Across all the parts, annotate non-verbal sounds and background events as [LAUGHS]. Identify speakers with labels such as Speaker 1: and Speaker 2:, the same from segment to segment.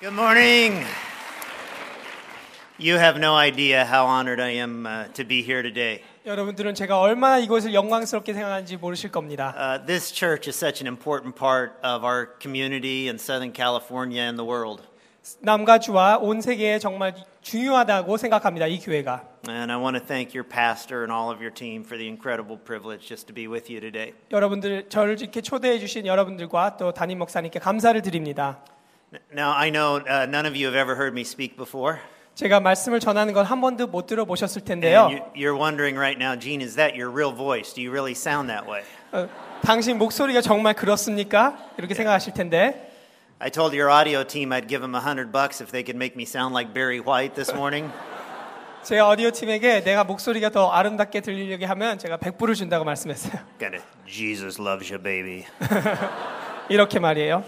Speaker 1: Good morning. You have no idea how honored I am uh, to be here today.
Speaker 2: 여러분들은 제가 얼마나 이곳을 영광스럽게 생각하는지 모르실 겁니다.
Speaker 1: Uh, this church is such an important part of our community in Southern California and the world.
Speaker 2: 남과 주와 온 세계에 정말 중요하다고 생각합니다. 이 교회가.
Speaker 1: And I want to thank your pastor and all of your team for the incredible privilege just to be with you today.
Speaker 2: 여러분들 저를 이렇게 초대해 주신 여러분들과 또 담임 목사님께 감사를 드립니다.
Speaker 1: N- Now, I know uh, none of you have ever heard me speak before.
Speaker 2: 제가 말씀을 전하는 건 한 번도 못 들어보셨을 텐데요.
Speaker 1: And you, you're wondering right now, Gene, is that your real voice? Do you really sound that way?
Speaker 2: 어, 당신 목소리가 정말 그렇습니까? 이렇게 생각하실 텐데
Speaker 1: I told your audio team I'd give them a hundred bucks if they could make me sound like Barry White this morning.
Speaker 2: 제가 어디오 팀에게 내가 목소리가 더 아름답게 들리려게 하면 제가 100불을 준다고 말씀했어요.
Speaker 1: Got it. Jesus loves you, baby.
Speaker 2: 이렇게 말이에요.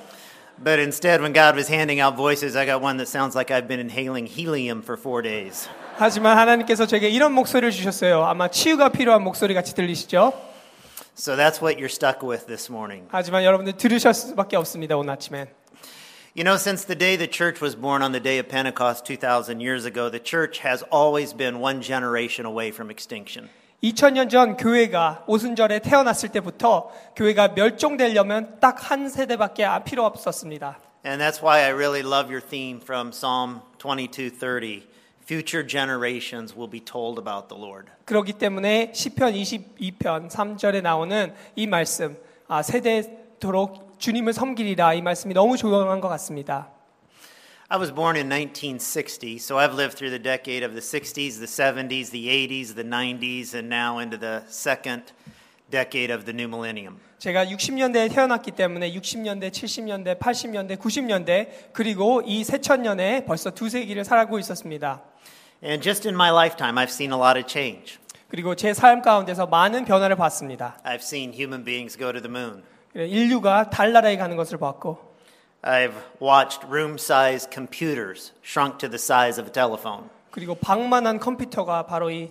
Speaker 1: But instead, when God was handing out voices, I got one that sounds like I've been inhaling helium for four days.
Speaker 2: 하지만 하나님께서 제게 이런 목소리를 주셨어요. 아마 치유가 필요한 목소리 같이 들리시죠?
Speaker 1: So that's what you're stuck with this morning.
Speaker 2: 하지만 여러분들 들으실 수밖에 없습니다. 오늘 아침엔.
Speaker 1: You know, since the day the church was born on the day of Pentecost 2,000 years ago, the church has always been one generation away from extinction.
Speaker 2: 2000년 전 교회가 오순절에 태어났을 때부터 교회가 멸종되려면 딱 한 세대밖에 안 필요 없었습니다.
Speaker 1: And that's why I really love your theme from Psalm 22:30. Future generations will be told about the Lord.
Speaker 2: 그렇기 때문에 시편 22편 3절에 나오는 이 말씀, 아 세대도록 주님을 섬기리라 이 말씀이 너무 조용한 것 같습니다.
Speaker 1: I was born in 1960, so I've lived through the decade of the 60s, the 70s, the 80s, the 90s, and now into the second decade of the new millennium.
Speaker 2: 제가 60년대에 태어났기 때문에 60년대, 70년대, 80년대, 90년대 그리고 이 새천년에 벌써 두 세기를 살고 있었습니다.
Speaker 1: And just in my lifetime, I've seen a lot of change.
Speaker 2: 그리고 제 삶 가운데서 많은 변화를 봤습니다.
Speaker 1: I've seen human beings go to the moon.
Speaker 2: 예, 인류가 달나라에 가는 것을 봤고
Speaker 1: I've watched room sized computers shrunk to the size of a telephone.
Speaker 2: 그리고 방만한 컴퓨터가 바로 이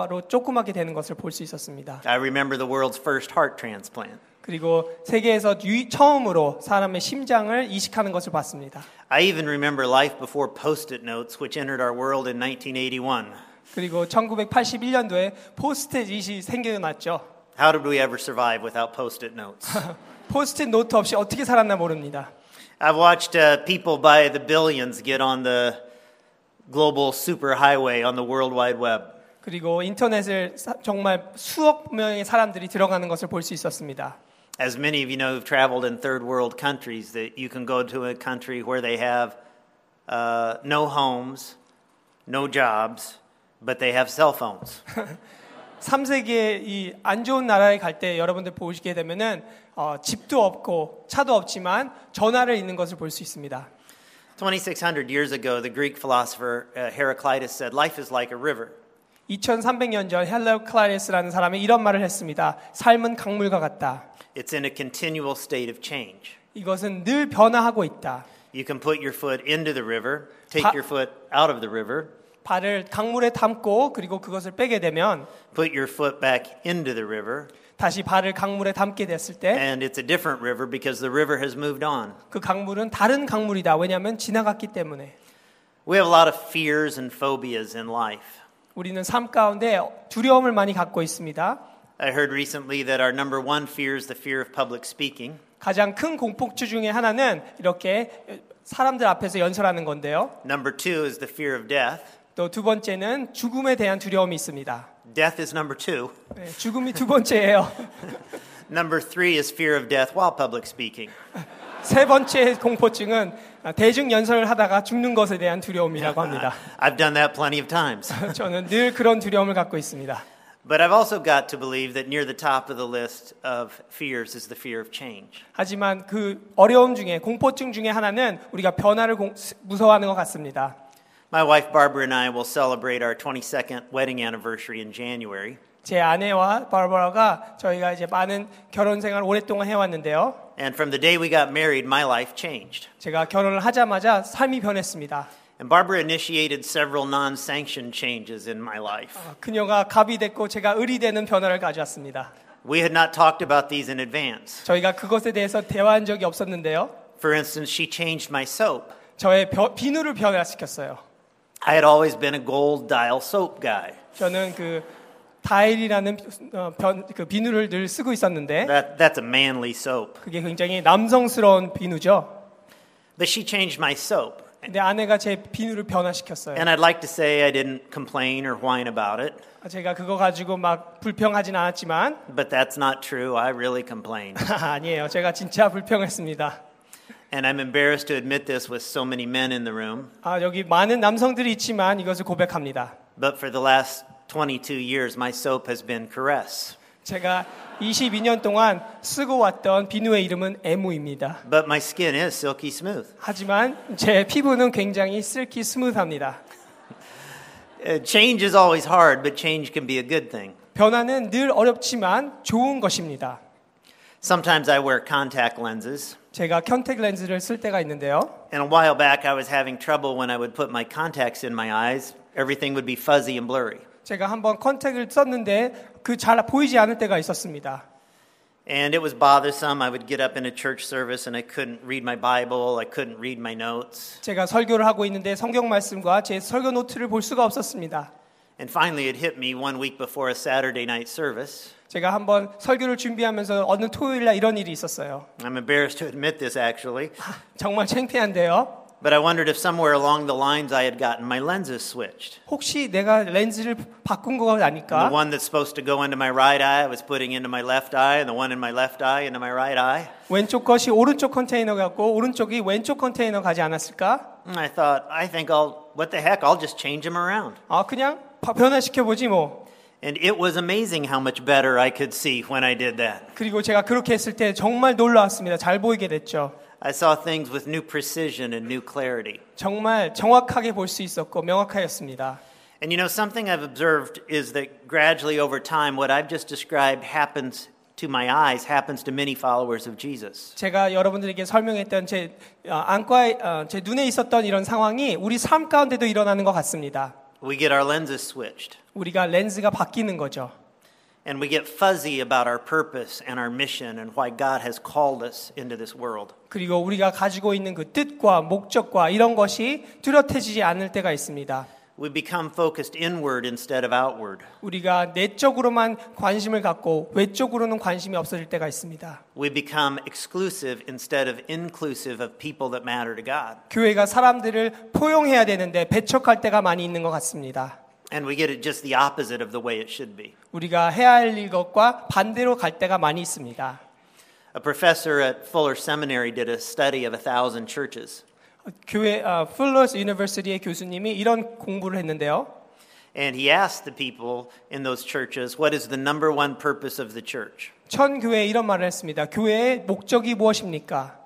Speaker 2: 전화로 조그맣게 되는 것을 볼 수 있었습니다.
Speaker 1: I remember the world's first heart transplant.
Speaker 2: 그리고 세계에서 유, 처음으로 사람의 심장을 이식하는 것을 봤습니다.
Speaker 1: I even remember life before post it notes, which entered our world in 1981.
Speaker 2: 그리고 1981년도에 포스트잇이 생겨났죠.
Speaker 1: How did we ever survive without post it notes? [LAUGHS]
Speaker 2: 포스트잇 노트 없이 어떻게 살았나 모릅니다.
Speaker 1: I've watched uh, people by the billions get on the global superhighway on the World Wide Web.
Speaker 2: 그리고 인터넷을 사- 정말 수억 명의 사람들이 들어가는 것을 볼 수 있었습니다.
Speaker 1: As many of you know who've traveled in third world countries, that you can go to a country where they have uh, no homes, no jobs, but they have cell phones.
Speaker 2: 3세계 이 안 좋은 나라에 갈 때 여러분들 보시게 되면은 어, 집도 없고 차도 없지만 전화를 있는 것을 볼 수 있습니다.
Speaker 1: 2,600 years ago, the Greek philosopher uh, Heraclitus said, Life is like a river.
Speaker 2: 2300년 전 헬레오 클라레스라는 사람이 이런 말을 했습니다. 삶은 강물과 같다.
Speaker 1: It's in a continual state of change.
Speaker 2: 이것은 늘 변화하고 있다.
Speaker 1: You can put your foot into the river, take
Speaker 2: Pa-
Speaker 1: your foot out of the river,
Speaker 2: 발을 강물에 담고 그리고 그것을 빼게 되면
Speaker 1: put your foot back into the river,
Speaker 2: 다시 발을 강물에 담게 됐을 때 그
Speaker 1: and it's a different river because the river has moved on.
Speaker 2: 강물은 다른 강물이다. 왜냐하면 지나갔기 때문에.
Speaker 1: We have a lot of fears and phobias in life.
Speaker 2: 우리는 삶 가운데 두려움을 많이 갖고 있습니다.
Speaker 1: I heard recently that our number one fear is the fear of public speaking.
Speaker 2: 가장 큰 공포증 중에 하나는 이렇게 사람들 앞에서 연설하는 건데요.
Speaker 1: Number two is the fear of death.
Speaker 2: 또 두 번째는 죽음에 대한 두려움이 있습니다.
Speaker 1: Death is number two.
Speaker 2: 네, 죽음이 두 번째예요. [LAUGHS]
Speaker 1: Number three is fear of death while public speaking.
Speaker 2: 세 번째 공포증은 대중 연설을 하다가 죽는 것에 대한 두려움이라고 합니다.
Speaker 1: Uh,
Speaker 2: [LAUGHS]
Speaker 1: I've done that plenty of times.
Speaker 2: 저는 늘 그런 두려움을 갖고 있습니다.
Speaker 1: But I've also got to believe that near the top of the list of fears is the fear of change.
Speaker 2: 하지만 그 어려움 중에 공포증 중에 하나는 우리가 변화를 공- 무서워하는 것 같습니다.
Speaker 1: My wife Barbara and I will celebrate our 22nd wedding anniversary in January.
Speaker 2: 제 아내와 바르바라가 저희가 이제 많은 결혼 생활 을 오랫동안 해왔는데요.
Speaker 1: And from the day we got married, my life changed.
Speaker 2: 제가 결혼을 하자마자 삶이 변했습니다.
Speaker 1: And Barbara initiated several non sanctioned changes in my life.
Speaker 2: 어, 그녀가 갑이 됐고 제가 을이 되는 변화를 가져왔습니다.
Speaker 1: We had not talked about these in advance.
Speaker 2: 저희가 그것에 대해서 대화한 적이 없었는데요.
Speaker 1: For instance, she changed my soap.
Speaker 2: 저의 벼- 비누를 변화시켰어요.
Speaker 1: I had always been a gold dial soap guy.
Speaker 2: 저는 그 다일이라는 어, 변- 그 비누를 늘 쓰고 있었는데
Speaker 1: That, that's a manly soap.
Speaker 2: 그게 굉장히 남성스러운 비누죠.
Speaker 1: But she changed my soap.
Speaker 2: 근데 아내가 제 비누를 변화시켰어요.
Speaker 1: And I'd like to say I didn't complain or whine about it,
Speaker 2: 아, 제가 그거 가지고 막 불평하진 않았지만 [LAUGHS]
Speaker 1: but that's not true. I really complained.
Speaker 2: 아니에요. 제가 진짜 불평했습니다.
Speaker 1: and I'm embarrassed to admit this with so many men in the room,
Speaker 2: 아, 여기 많은 남성들이 있지만 이것을 고백합니다.
Speaker 1: but for the last 22 years, my soap has been Caress.
Speaker 2: 제가 22년 동안 쓰고 왔던 비누의 이름은 에무입니다.
Speaker 1: But my skin is silky smooth.
Speaker 2: 하지만 제 피부는 굉장히 silky 스무드합니다.
Speaker 1: Uh, change is always hard, but change can be a good thing.
Speaker 2: 변화는 늘 어렵지만 좋은 것입니다.
Speaker 1: Sometimes I wear contact lenses.
Speaker 2: 제가 컨택 렌즈를 쓸 때가 있는데요.
Speaker 1: And a while back, I was having trouble when I would put my contacts in my eyes. Everything would be fuzzy and blurry.
Speaker 2: 제가 한번 컨택을 썼는데 그 잘 보이지 않을 때가 있었습니다.
Speaker 1: And it was bothersome. I would get up in a church service and I couldn't read my Bible, I couldn't read my notes.
Speaker 2: 제가 설교를 하고 있는데 성경 말씀과 제 설교 노트를 볼 수가 없었습니다.
Speaker 1: And finally, it hit me one week before a Saturday night service.
Speaker 2: 제가 한번 설교를 준비하면서 어느 토요일 날 이런 일이 있었어요.
Speaker 1: I'm embarrassed to admit this actually,
Speaker 2: 정말 창피한데요.
Speaker 1: but I wondered if somewhere along the lines I had gotten my lenses switched.
Speaker 2: 혹시 내가 렌즈를 바꾼 거
Speaker 1: The
Speaker 2: 아닐까?
Speaker 1: one that's supposed to go into my right eye, I was putting into my left eye, and the one in my left eye into my right eye.
Speaker 2: 왼쪽 것이 오른쪽 컨테이너 같고 오른쪽이 왼쪽 컨테이너 가지 않았을까?
Speaker 1: And I thought, I think I'll, what the heck, I'll just change them around.
Speaker 2: 아 그냥 바- 변화시켜보지 뭐.
Speaker 1: And it was amazing how much better I could see when I did that.
Speaker 2: 그리고 제가 그렇게 했을 때 정말 놀라웠습니다. 잘 보이게 됐죠.
Speaker 1: I saw things with new precision and new clarity.
Speaker 2: 정말 정확하게 볼 수 있었고 명확하였습니다.
Speaker 1: And you know, something I've observed is that gradually over time, what I've just described happens to my eyes, happens to many followers of Jesus.
Speaker 2: 제가 여러분들에게 설명했던 제 어, 안과에 어, 제 눈에 있었던 이런 상황이 우리 삶 가운데도 일어나는 것 같습니다.
Speaker 1: We get our lenses switched,
Speaker 2: 우리가 렌즈가 바뀌는 거죠.
Speaker 1: and we get fuzzy about our purpose and our mission and why God has called us into this world.
Speaker 2: 그리고 우리가 가지고 있는 그 뜻과 목적과 이런 것이 뚜렷해지지 않을 때가 있습니다.
Speaker 1: We become focused inward instead of outward.
Speaker 2: 우리가 내적으로만 관심을 갖고 외적으로는 관심이 없어질 때가 있습니다.
Speaker 1: We become exclusive instead of inclusive of people that matter to God.
Speaker 2: 교회가 사람들을 포용해야 되는데 배척할 때가 많이 있는 것 같습니다.
Speaker 1: And we get it just the opposite of the way it should be.
Speaker 2: 우리가 해야 할 것과 반대로 갈 때가 많이 있습니다.
Speaker 1: A professor at Fuller Seminary did a study of a thousand churches.
Speaker 2: 교회 아, 플러스 유니버시티의 교수님이 이런 공부를 했는데요.
Speaker 1: And he asked the people in those churches, what is the number one purpose of the church?
Speaker 2: 천 교회에 이런 말을 했습니다. 교회의 목적이 무엇입니까?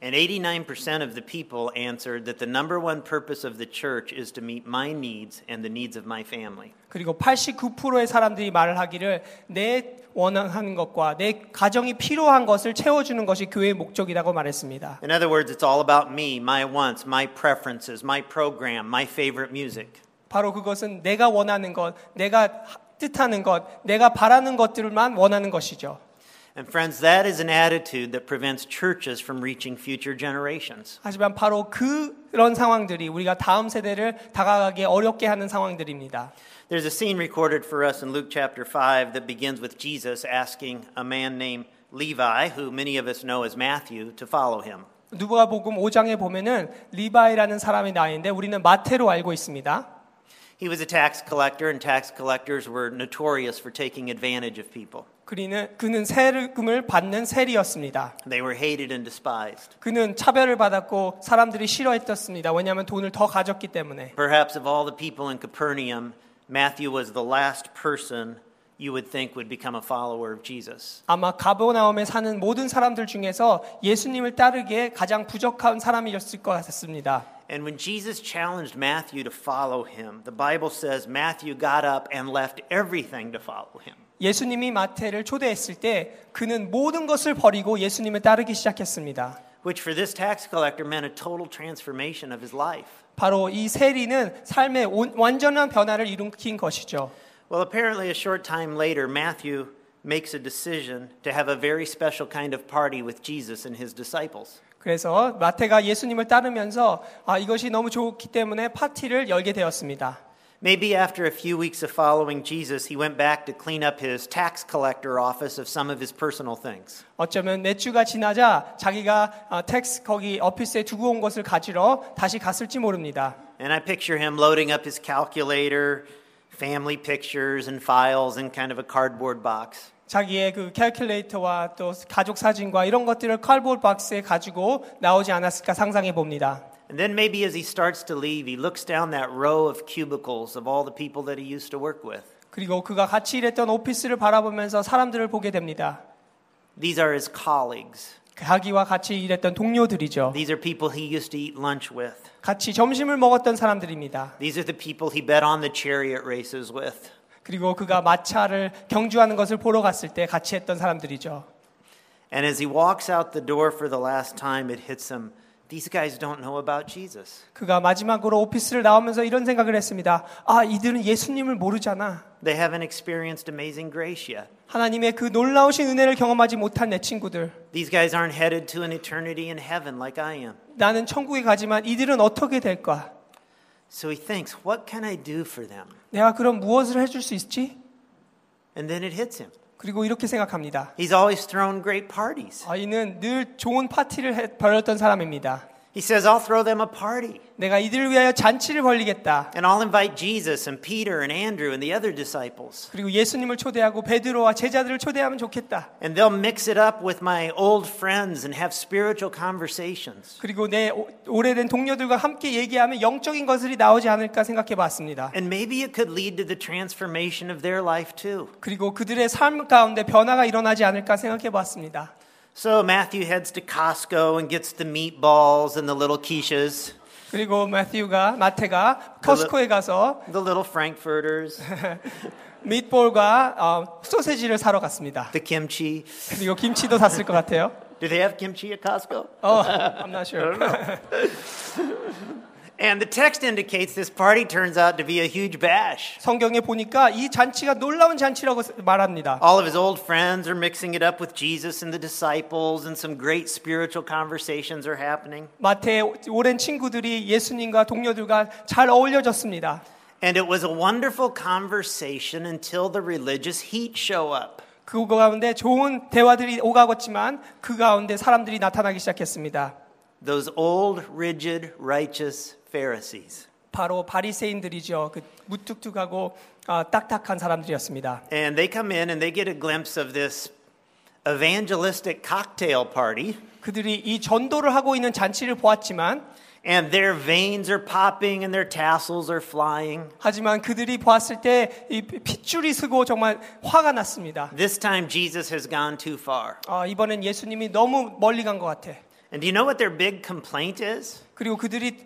Speaker 1: And 89% of the people answered that the number one purpose of the church is to meet my needs and the needs of my family.
Speaker 2: 그리고 89%의 사람들이 말을 하기를 내 원하는 것과 내 가정이 필요한 것을 채워주는 것이 교회의 목적이라고 말했습니다.
Speaker 1: In other words, it's all about me, my wants, my preferences, my program, my favorite music.
Speaker 2: 바로 그것은 내가 원하는 것, 내가 하- 뜻하는 것, 내가 바라는 것들만 원하는 것이죠.
Speaker 1: And friends, that is an attitude that prevents churches from reaching future generations.
Speaker 2: 하지만 바로 그- 그런 상황들이 우리가 다음 세대를 다가가게 어렵게 하는 상황들입니다.
Speaker 1: There's a scene recorded for us in Luke chapter 5 that begins with Jesus asking a man named Levi, who many of us know as Matthew, to follow him.
Speaker 2: 누가복음 5장에 보면은 리바이라는 사람이 나이는데 우리는 마태로 알고 있습니다.
Speaker 1: He was a tax collector, and tax collectors were notorious for taking advantage of people.
Speaker 2: 그리는 그는 세금을 받는 세리였습니다.
Speaker 1: They were hated and despised.
Speaker 2: 그는 차별을 받았고 사람들이 싫어했었습니다. 왜냐하면 돈을 더 가졌기 때문에.
Speaker 1: Perhaps of all the people in Capernaum, Matthew was the last person you would think would become a follower of Jesus.
Speaker 2: 아마 가보나움에 사는 모든 사람들 중에서 예수님을 따르기에 가장 부족한 사람이었을 것 같습니다.
Speaker 1: And when Jesus challenged Matthew to follow him, the Bible says Matthew got up and left everything to follow him.
Speaker 2: 예수님이 마태를 초대했을 때 그는 모든 것을 버리고 예수님을 따르기 시작했습니다.
Speaker 1: which for this tax collector meant a total transformation of his life.
Speaker 2: 바로 이 세리는 삶의 온- 완전한 변화를 일으킨 것이죠.
Speaker 1: Well, apparently, a short time later, Matthew makes a decision to have a very special kind of party with Jesus and his disciples.
Speaker 2: 그래서 마태가 예수님을 따르면서 아, 이것이 너무 좋기 때문에 파티를 열게 되었습니다.
Speaker 1: Maybe after a few weeks of following Jesus, he went back to clean up his tax collector office of some of his personal things.
Speaker 2: 어쩌면 몇 주가 지나자 자기가 아, 텍스 거기 어피스에 두고 온 것을 가지러 다시 갔을지 모릅니다.
Speaker 1: And I picture him loading up his calculator, family pictures, and files in kind of a cardboard box.
Speaker 2: 자기의 그 캘큘레이터와 또 가족 사진과 이런 것들을 칼볼 박스에 가지고 나오지 않았을까 상상해 봅니다.
Speaker 1: And then maybe as he starts to leave, he looks down that row of cubicles of all the people that he used to work with.
Speaker 2: 그리고 그가 같이 일했던 오피스를 바라보면서 사람들을 보게 됩니다.
Speaker 1: These are his colleagues.
Speaker 2: 자기와 같이 일했던 동료들이죠.
Speaker 1: These are people he used to eat lunch with.
Speaker 2: 같이 점심을 먹었던 사람들입니다.
Speaker 1: These are the people he bet on the chariot races with.
Speaker 2: 그리고 그가 마차를 경주하는 것을 보러 갔을 때 같이 했던 사람들이죠.
Speaker 1: And as he walks out the door for the last time, it hits him these guys don't know about Jesus.
Speaker 2: 그가 마지막으로 오피스를 나오면서 이런 생각을 했습니다. 아, 이들은 예수님을 모르잖아.
Speaker 1: They haven't experienced amazing grace yet.
Speaker 2: 하나님의 그 놀라우신 은혜를 경험하지 못한 내 친구들.
Speaker 1: These guys aren't headed to an eternity in heaven like I am.
Speaker 2: 나는 천국에 가지만 이들은 어떻게 될까?
Speaker 1: So he thinks, what can I do for them?
Speaker 2: 내가 그럼 무엇을 해줄 수 있지?
Speaker 1: And then it hits him.
Speaker 2: 그리고 이렇게 생각합니다.
Speaker 1: He's always thrown great parties.
Speaker 2: 아, 이는 늘 좋은 파티를 해- 벌였던 사람입니다.
Speaker 1: He says, I'll throw them a party.
Speaker 2: 내가 이들을 위하여 잔치를 벌리겠다.
Speaker 1: And I'll invite Jesus and Peter and Andrew and the other disciples.
Speaker 2: 그리고 예수님을 초대하고 베드로와 제자들을 초대하면 좋겠다.
Speaker 1: And they'll mix it up with my old friends and have spiritual conversations.
Speaker 2: 그리고 내 오- 오래된 동료들과 함께 얘기하면 영적인 것들이 나오지 않을까 생각해 봤습니다.
Speaker 1: And maybe it could lead to the transformation of their life too.
Speaker 2: 그리고 그들의 삶 가운데 변화가 일어나지 않을까 생각해 봤습니다.
Speaker 1: So Matthew heads to Costco and gets the meatballs and the little quiches,
Speaker 2: 그리고 마티우가 마태가 커스코에 가서
Speaker 1: the little frankfurters,
Speaker 2: 밑볼과 어, 소세지를 사러 갔습니다.
Speaker 1: the kimchi.
Speaker 2: 그리고 김치도 샀을 것 같아요.
Speaker 1: Do they have kimchi at Costco?
Speaker 2: 어, I'm not sure.
Speaker 1: And the text indicates this party turns out to be a huge bash.
Speaker 2: 성경에 보니까 이 잔치가 놀라운 잔치라고 말합니다.
Speaker 1: All of his old friends are mixing it up with Jesus and the disciples, and some great spiritual conversations are happening.
Speaker 2: 마태의 오랜 친구들이 예수님과 동료들과 잘 어울려졌습니다.
Speaker 1: And it was a wonderful conversation until the religious heat show up.
Speaker 2: 그 가운데 좋은 대화들이 오가겠지만 그 가운데 사람들이 나타나기 시작했습니다.
Speaker 1: Those old, rigid, righteous Pharisees.
Speaker 2: 바로 바리새인들이죠. 그 무뚝뚝하고 아, 딱딱한 사람들이었습니다.
Speaker 1: And they come in and they get a glimpse of this evangelistic cocktail party,
Speaker 2: 그들이 이 전도를 하고 있는 잔치를 보았지만
Speaker 1: and their veins are popping and their tassels are flying.
Speaker 2: 하지만 그들이 보았을 때 이 핏줄이 쓰고 정말 화가 났습니다.
Speaker 1: This time, Jesus has gone too far.
Speaker 2: 아, 이번엔 예수님이 너무 멀리 간 것 같아.
Speaker 1: And do you know what their big complaint is?
Speaker 2: 그리고 그들이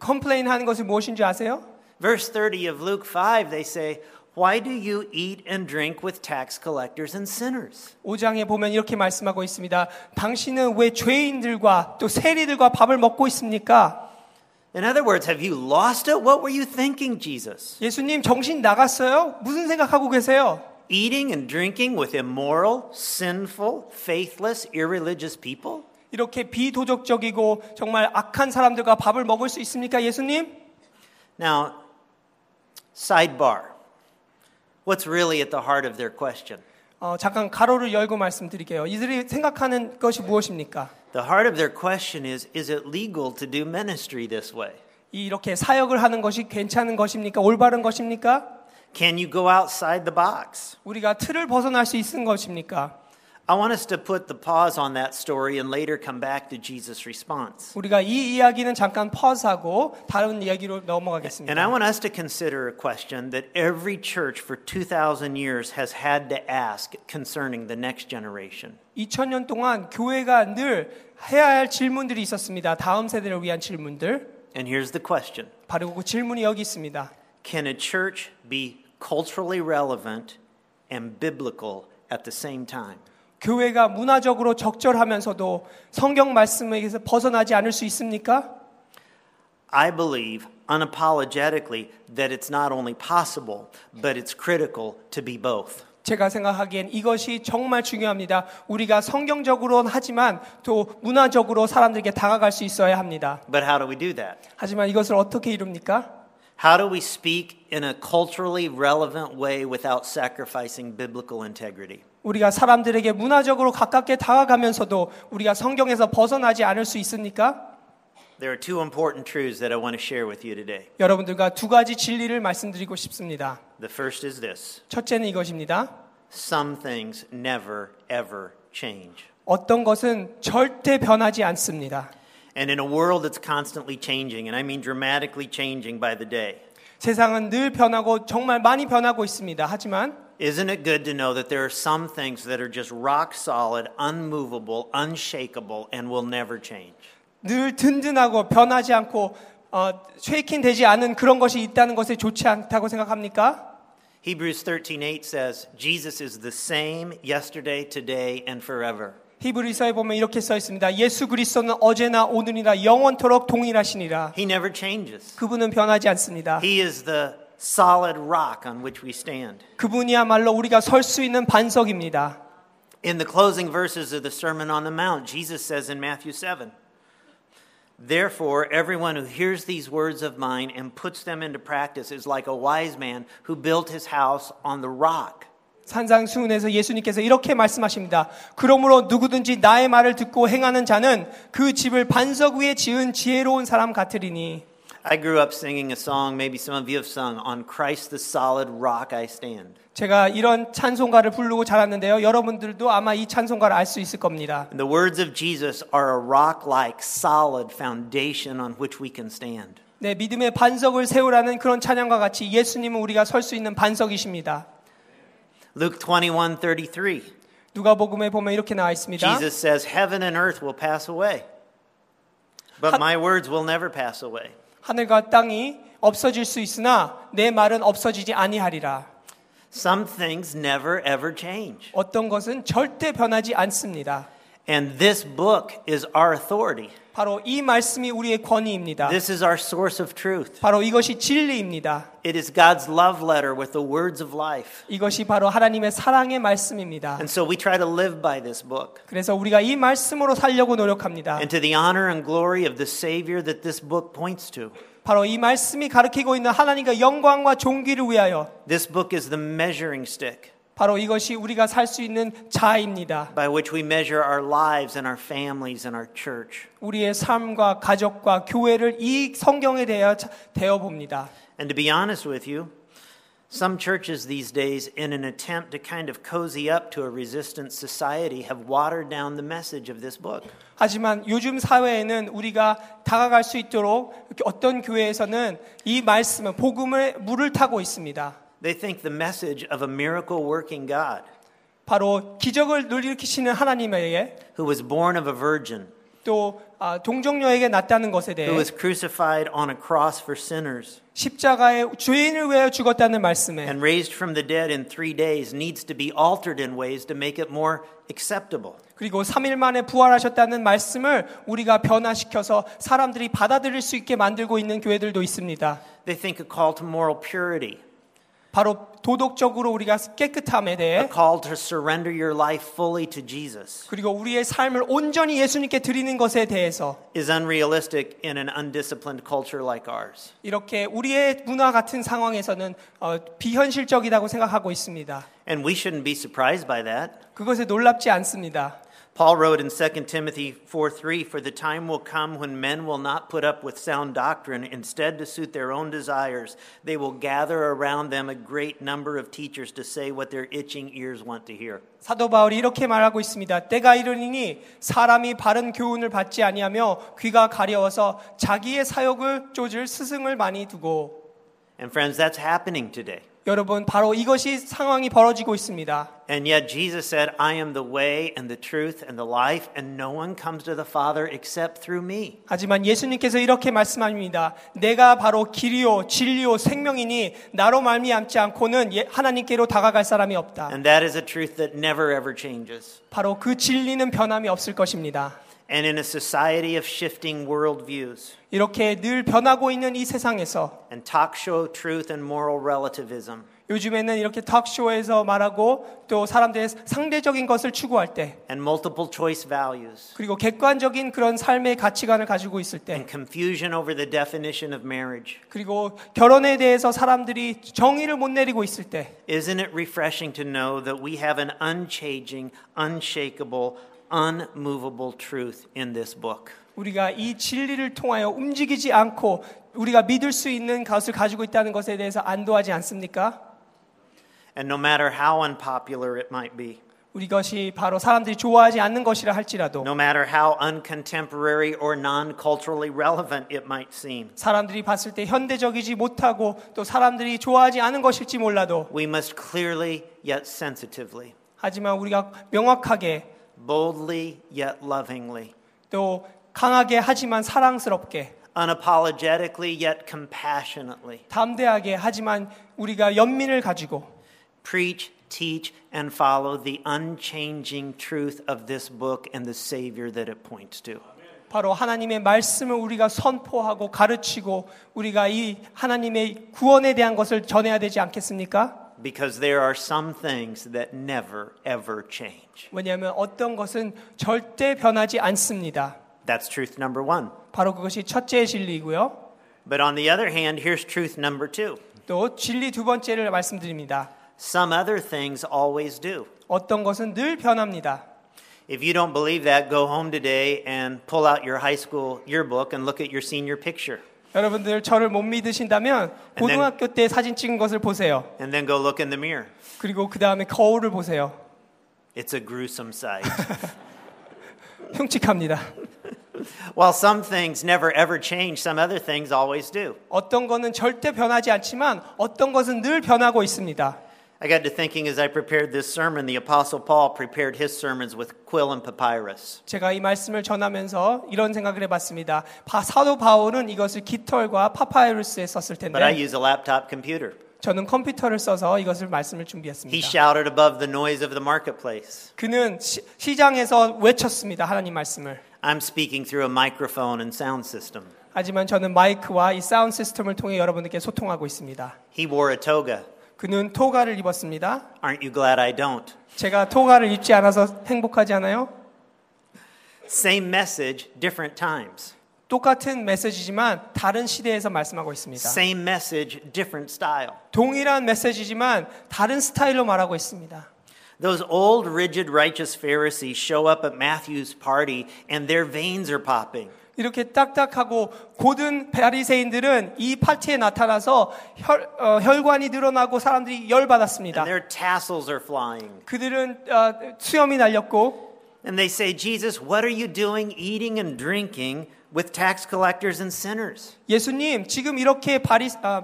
Speaker 2: 컴플레인 하는 것이 무엇인지 아세요?
Speaker 1: Verse 30 of Luke 5, they say, Why do you eat and drink with tax collectors and sinners?
Speaker 2: 5장에 보면 이렇게 말씀하고 있습니다. 당신은 왜 죄인들과 또 세리들과 밥을 먹고 있습니까?
Speaker 1: In other words, have you lost it? What were you thinking, Jesus?
Speaker 2: 예수님 정신 나갔어요? 무슨 생각하고 계세요?
Speaker 1: Eating and drinking with immoral, sinful, faithless, irreligious people?
Speaker 2: 이렇게 비도덕적이고 정말 악한 사람들과 밥을 먹을 수 있습니까, 예수님?
Speaker 1: Now, sidebar. What's really at the heart of their question?
Speaker 2: 어, 잠깐 가로를 열고 말씀드릴게요. 이들이 생각하는 것이 무엇입니까?
Speaker 1: The heart of their question is Is it legal to do ministry this way?
Speaker 2: 이- 이렇게 사역을 하는 것이 괜찮은 것입니까? 올바른 것입니까?
Speaker 1: Can you go outside the box?
Speaker 2: 우리가 틀을 벗어날 수 있는 것입니까?
Speaker 1: I want us to put the pause on that story and later come back to Jesus' response.
Speaker 2: 우리가 이 이야기는 잠깐 퍼스하고 다른 얘기로
Speaker 1: And I
Speaker 2: 넘어가겠습니다.
Speaker 1: want us to consider a question that every church for 2,000 years has had to ask concerning the next generation.
Speaker 2: 2000년 동안 교회가 늘 해야 할 질문들이 있었습니다. 다음 세대를 위한 질문들.
Speaker 1: And here's the question
Speaker 2: 바로 그 질문이 여기 있습니다.
Speaker 1: Can a church be culturally relevant and biblical at the same time?
Speaker 2: 교회가 문화적으로 적절하면서도 성경 말씀에서 벗어나지 않을 수 있습니까?
Speaker 1: I believe unapologetically that it's not only possible, but it's critical to be both.
Speaker 2: 제가 생각하기엔 이것이 정말 중요합니다. 우리가 성경적으로는 하지만 또 문화적으로 사람들에게 다가갈 수 있어야 합니다.
Speaker 1: But how do we do that?
Speaker 2: 하지만 이것을 어떻게 이룹니까?
Speaker 1: How do we speak in a culturally relevant way without sacrificing biblical integrity?
Speaker 2: 우리가 사람들에게 문화적으로 가깝게 다가가면서도 우리가 성경에서 벗어나지 않을 수 있습니까?
Speaker 1: There are two important truths that I want to share with you today.
Speaker 2: 여러분들과 두 가지 진리를 말씀드리고 싶습니다.
Speaker 1: The first is this
Speaker 2: 첫째는 이것입니다.
Speaker 1: some things never, ever change.
Speaker 2: 어떤 것은 절대 변하지 않습니다.
Speaker 1: And in a world that's constantly changing, and I mean dramatically changing by the day,
Speaker 2: 세상은 늘 변하고 정말 많이 변하고 있습니다. 하지만
Speaker 1: isn't it good to know that there are some things that are just rock solid, unmovable, unshakable, and will never change?
Speaker 2: 늘 든든하고 변하지 않고 어, 쉐이킹 되지 않은 그런 것이 있다는 것에 좋지 않다고 생각합니까?
Speaker 1: Hebrews 13:8 says, "Jesus is the same yesterday, today, and forever."
Speaker 2: 히브리서에 보면 이렇게 써 있습니다. 예수 그리스도는 어제나 오늘이나 영원토록 동일하시니라.
Speaker 1: He never changes.
Speaker 2: 그분은 변하지 않습니다.
Speaker 1: He is the solid rock on which we stand.
Speaker 2: 그분이야말로 우리가 설 수 있는 반석입니다.
Speaker 1: In the closing verses of the Sermon on the Mount, Jesus says in Matthew 7, Therefore, everyone who hears these words of mine and puts them into practice is like a wise man who built his house on the rock.
Speaker 2: 산상수훈에서 예수님께서 이렇게 말씀하십니다. 그러므로 누구든지 나의 말을 듣고 행하는 자는 그 집을 반석 위에 지은 지혜로운 사람 같으리니
Speaker 1: I grew up singing a song, maybe some of you have sung, On Christ the Solid Rock I Stand.
Speaker 2: 제가 이런 찬송가를 부르고 자랐는데요. 여러분들도 아마 이 찬송가를 알 수 있을 겁니다.
Speaker 1: And the words of Jesus are a rock like, solid foundation on which we can stand.
Speaker 2: 네, 믿음의 반석을 세우라는 그런 찬양과 같이 예수님은 우리가 설 수 있는 반석이십니다.
Speaker 1: Luke 21 33.
Speaker 2: 누가복음에 보면 이렇게 나와 있습니다.
Speaker 1: Jesus says, Heaven and earth will pass away, but my words will never pass away.
Speaker 2: 하늘과 땅이 없어질 수 있으나 내 말은 없어지지 아니하리라.
Speaker 1: Some things never, ever change.
Speaker 2: 어떤 것은 절대 변하지 않습니다.
Speaker 1: And this book is our authority.
Speaker 2: 바로 이 말씀이 우리의 권위입니다.
Speaker 1: This is our source of truth.
Speaker 2: 바로 이것이 진리입니다.
Speaker 1: It is God's love letter with the words of life.
Speaker 2: 이것이 바로 하나님의 사랑의 말씀입니다.
Speaker 1: And so we try to live by this book.
Speaker 2: 그래서 우리가 이 말씀으로 살려고 노력합니다.
Speaker 1: And to the honor and glory of the Savior that this book points to.
Speaker 2: 바로 이 말씀이 가르치고 있는 하나님과 영광과 존귀를 위하여
Speaker 1: This book is the measuring stick
Speaker 2: 바로 이것이 우리가 살 수 있는 자입니다.
Speaker 1: by which we measure our lives and our families and our church.
Speaker 2: 우리의 삶과 가족과 교회를 이 성경에 대하여 대어 봅니다.
Speaker 1: And to be honest with you, some churches these days, in an attempt to kind of cozy up to a resistant society, have watered down the message of this book.
Speaker 2: 하지만 요즘 사회에는 우리가 다가갈 수 있도록 어떤 교회에서는 이 말씀을 복음을 물을 타고 있습니다.
Speaker 1: They think the message of a miracle working God
Speaker 2: 바로 기적을 일으키시는 하나님에게
Speaker 1: who was born of a virgin,
Speaker 2: 또 아, 동정녀에게 낳았다는 것에 대해
Speaker 1: who was crucified on a cross for sinners,
Speaker 2: 십자가에 죄인을 위하여 죽었다는 말씀에
Speaker 1: and raised from the dead in three days needs to be altered in ways to make it more acceptable.
Speaker 2: 그리고 3일 만에 부활하셨다는 말씀을 우리가 변화시켜서 사람들이 받아들일 수 있게 만들고 있는 교회들도 있습니다.
Speaker 1: They think a call to moral purity,
Speaker 2: 바로 도덕적으로 우리가 깨끗함에
Speaker 1: a
Speaker 2: 대해
Speaker 1: call to surrender your life fully to Jesus.
Speaker 2: 그리고 우리의 삶을 온전히 예수님께 드리는 것에 대해서
Speaker 1: is unrealistic in an undisciplined culture like ours.
Speaker 2: 이렇게 우리의 문화 같은 상황에서는 어, 비현실적이라고 생각하고 있습니다.
Speaker 1: And we shouldn't be surprised by that.
Speaker 2: 그것에 놀랍지 않습니다.
Speaker 1: Paul wrote in 2 Timothy 4 3 For the time will come when men will not put up with sound doctrine. Instead, to suit their own desires, they will gather around them a great number of teachers to say what their itching ears want to hear.
Speaker 2: 사도 바울이 이렇게 말하고 있습니다. 때가 이르니 사람이 바른 교훈을 받지 아니하며 귀가 가려워서 자기의 사욕을 쫓을 스승을 많이 두고
Speaker 1: And friends, that's happening today.
Speaker 2: 여러분 바로 이것이 상황이 벌어지고 있습니다.
Speaker 1: And yet, Jesus said, I am the way and the truth and the life, and no one comes to the Father except through me.
Speaker 2: 하지만 예수님께서 이렇게 말씀합니다. 내가 바로 길이요 진리요 생명이니 나로 말미암지 않고는 예- 하나님께로 다가갈 사람이 없다.
Speaker 1: And that is a truth that never ever changes.
Speaker 2: 바로 그 진리는 변함이 없을 것입니다.
Speaker 1: And in a society of shifting worldviews
Speaker 2: 이렇게 늘 변하고 있는 이 세상에서
Speaker 1: and talk show truth and moral relativism,
Speaker 2: 요즘에는 이렇게 탁쇼에서 말하고 또 사람들의 상대적인 것을 추구할 때
Speaker 1: and multiple choice values
Speaker 2: 그리고 객관적인 그런 삶의 가치관을 가지고 있을 때
Speaker 1: and confusion over the definition of marriage.
Speaker 2: 그리고 결혼에 대해서 사람들이 정의를 못 내리고 있을 때
Speaker 1: Isn't it refreshing to know that we have an unchanging, unshakable, unmovable truth in this book?
Speaker 2: 우리가 이 진리를 통하여 움직이지 않고 우리가 믿을 수 있는 것을 가지고 있다는 것에 대해서 안도하지 않습니까?
Speaker 1: And no matter how unpopular it might be,
Speaker 2: 우리 것이 바로 사람들이 좋아하지 않는 것이라 할지라도
Speaker 1: no matter how uncontemporary or non culturally relevant it might seem,
Speaker 2: 사람들이 봤을 때 현대적이지 못하고 또 사람들이 좋아하지 않은 것일지 몰라도
Speaker 1: we must clearly yet sensitively,
Speaker 2: 하지만 우리가 명확하게
Speaker 1: boldly yet lovingly,
Speaker 2: 또 강하게 하지만 사랑스럽게
Speaker 1: unapologetically yet compassionately
Speaker 2: 담대하게 하지만 우리가 연민을 가지고
Speaker 1: preach, teach, and follow the unchanging truth of this book and the Savior that it points to.
Speaker 2: 바로 하나님의 말씀을 우리가 선포하고 가르치고 우리가 이 하나님의 구원에 대한 것을 전해야 되지 않겠습니까?
Speaker 1: Because there are some things that never, ever change.
Speaker 2: 왜냐하면 어떤 것은 절대 변하지 않습니다.
Speaker 1: That's truth number one.
Speaker 2: 바로 그것이 첫째의 진리이고요.
Speaker 1: But on the other hand, here's truth number two.
Speaker 2: 또 진리 두 번째를 말씀드립니다.
Speaker 1: Some other things always do.
Speaker 2: 어떤 것은 늘 변합니다.
Speaker 1: If you don't believe that, go home today and pull out your high school yearbook and look at your senior picture.
Speaker 2: 여러분들 저를 못 믿으신다면 고등학교 때 사진 찍은 것을 보세요.
Speaker 1: And then go look in the mirror.
Speaker 2: 그리고 그 다음에 거울을 보세요.
Speaker 1: It's a gruesome sight.
Speaker 2: 흉측합니다.
Speaker 1: While some things never ever change, some other things always do.
Speaker 2: 어떤 거는 절대 변하지 않지만 어떤 것은 늘 변하고 있습니다.
Speaker 1: I got to thinking as I prepared this sermon, the Apostle Paul prepared his sermons with quill and papyrus.
Speaker 2: 제가 이 말씀을 전하면서 이런 생각을 해봤습니다. 바- 사도 바울은 이것을 깃털과 파파이루스에 썼을
Speaker 1: But I
Speaker 2: 텐데
Speaker 1: use a laptop computer.
Speaker 2: 저는 컴퓨터를 써서 이것을 말씀을
Speaker 1: He
Speaker 2: 준비했습니다.
Speaker 1: shouted above the noise of the marketplace.
Speaker 2: 그는 시, 시장에서 외쳤습니다. 하나님 말씀을.
Speaker 1: I'm speaking through a microphone and sound system.
Speaker 2: 하지만 저는 마이크와 이 사운드 시스템을 통해 여러분들께 소통하고 있습니다.
Speaker 1: He wore a toga.
Speaker 2: 그는 토가를 입었습니다.
Speaker 1: Aren't you glad I don't?
Speaker 2: 제가 토가를 입지 않아서 행복하지 않아요?
Speaker 1: Same message, different times.
Speaker 2: 똑같은 메시지지만 다른 시대에서 말씀하고 있습니다.
Speaker 1: Same message, different style.
Speaker 2: 동일한 메시지지만 다른 스타일로 말하고 있습니다.
Speaker 1: Those old, rigid, righteous Pharisees show up at Matthew's party and their veins are popping.
Speaker 2: 이렇게 딱딱하고 고든 바리새인들은 이 파티에 나타나서 혈, 어, 혈관이 늘어나고 사람들이 열받았습니다.
Speaker 1: And their tassels are flying.
Speaker 2: 그들은 어, 수염이 날렸고
Speaker 1: And they say, Jesus, what are you doing eating and drinking with tax collectors and sinners?
Speaker 2: 예수님 지금 이렇게 바리 아,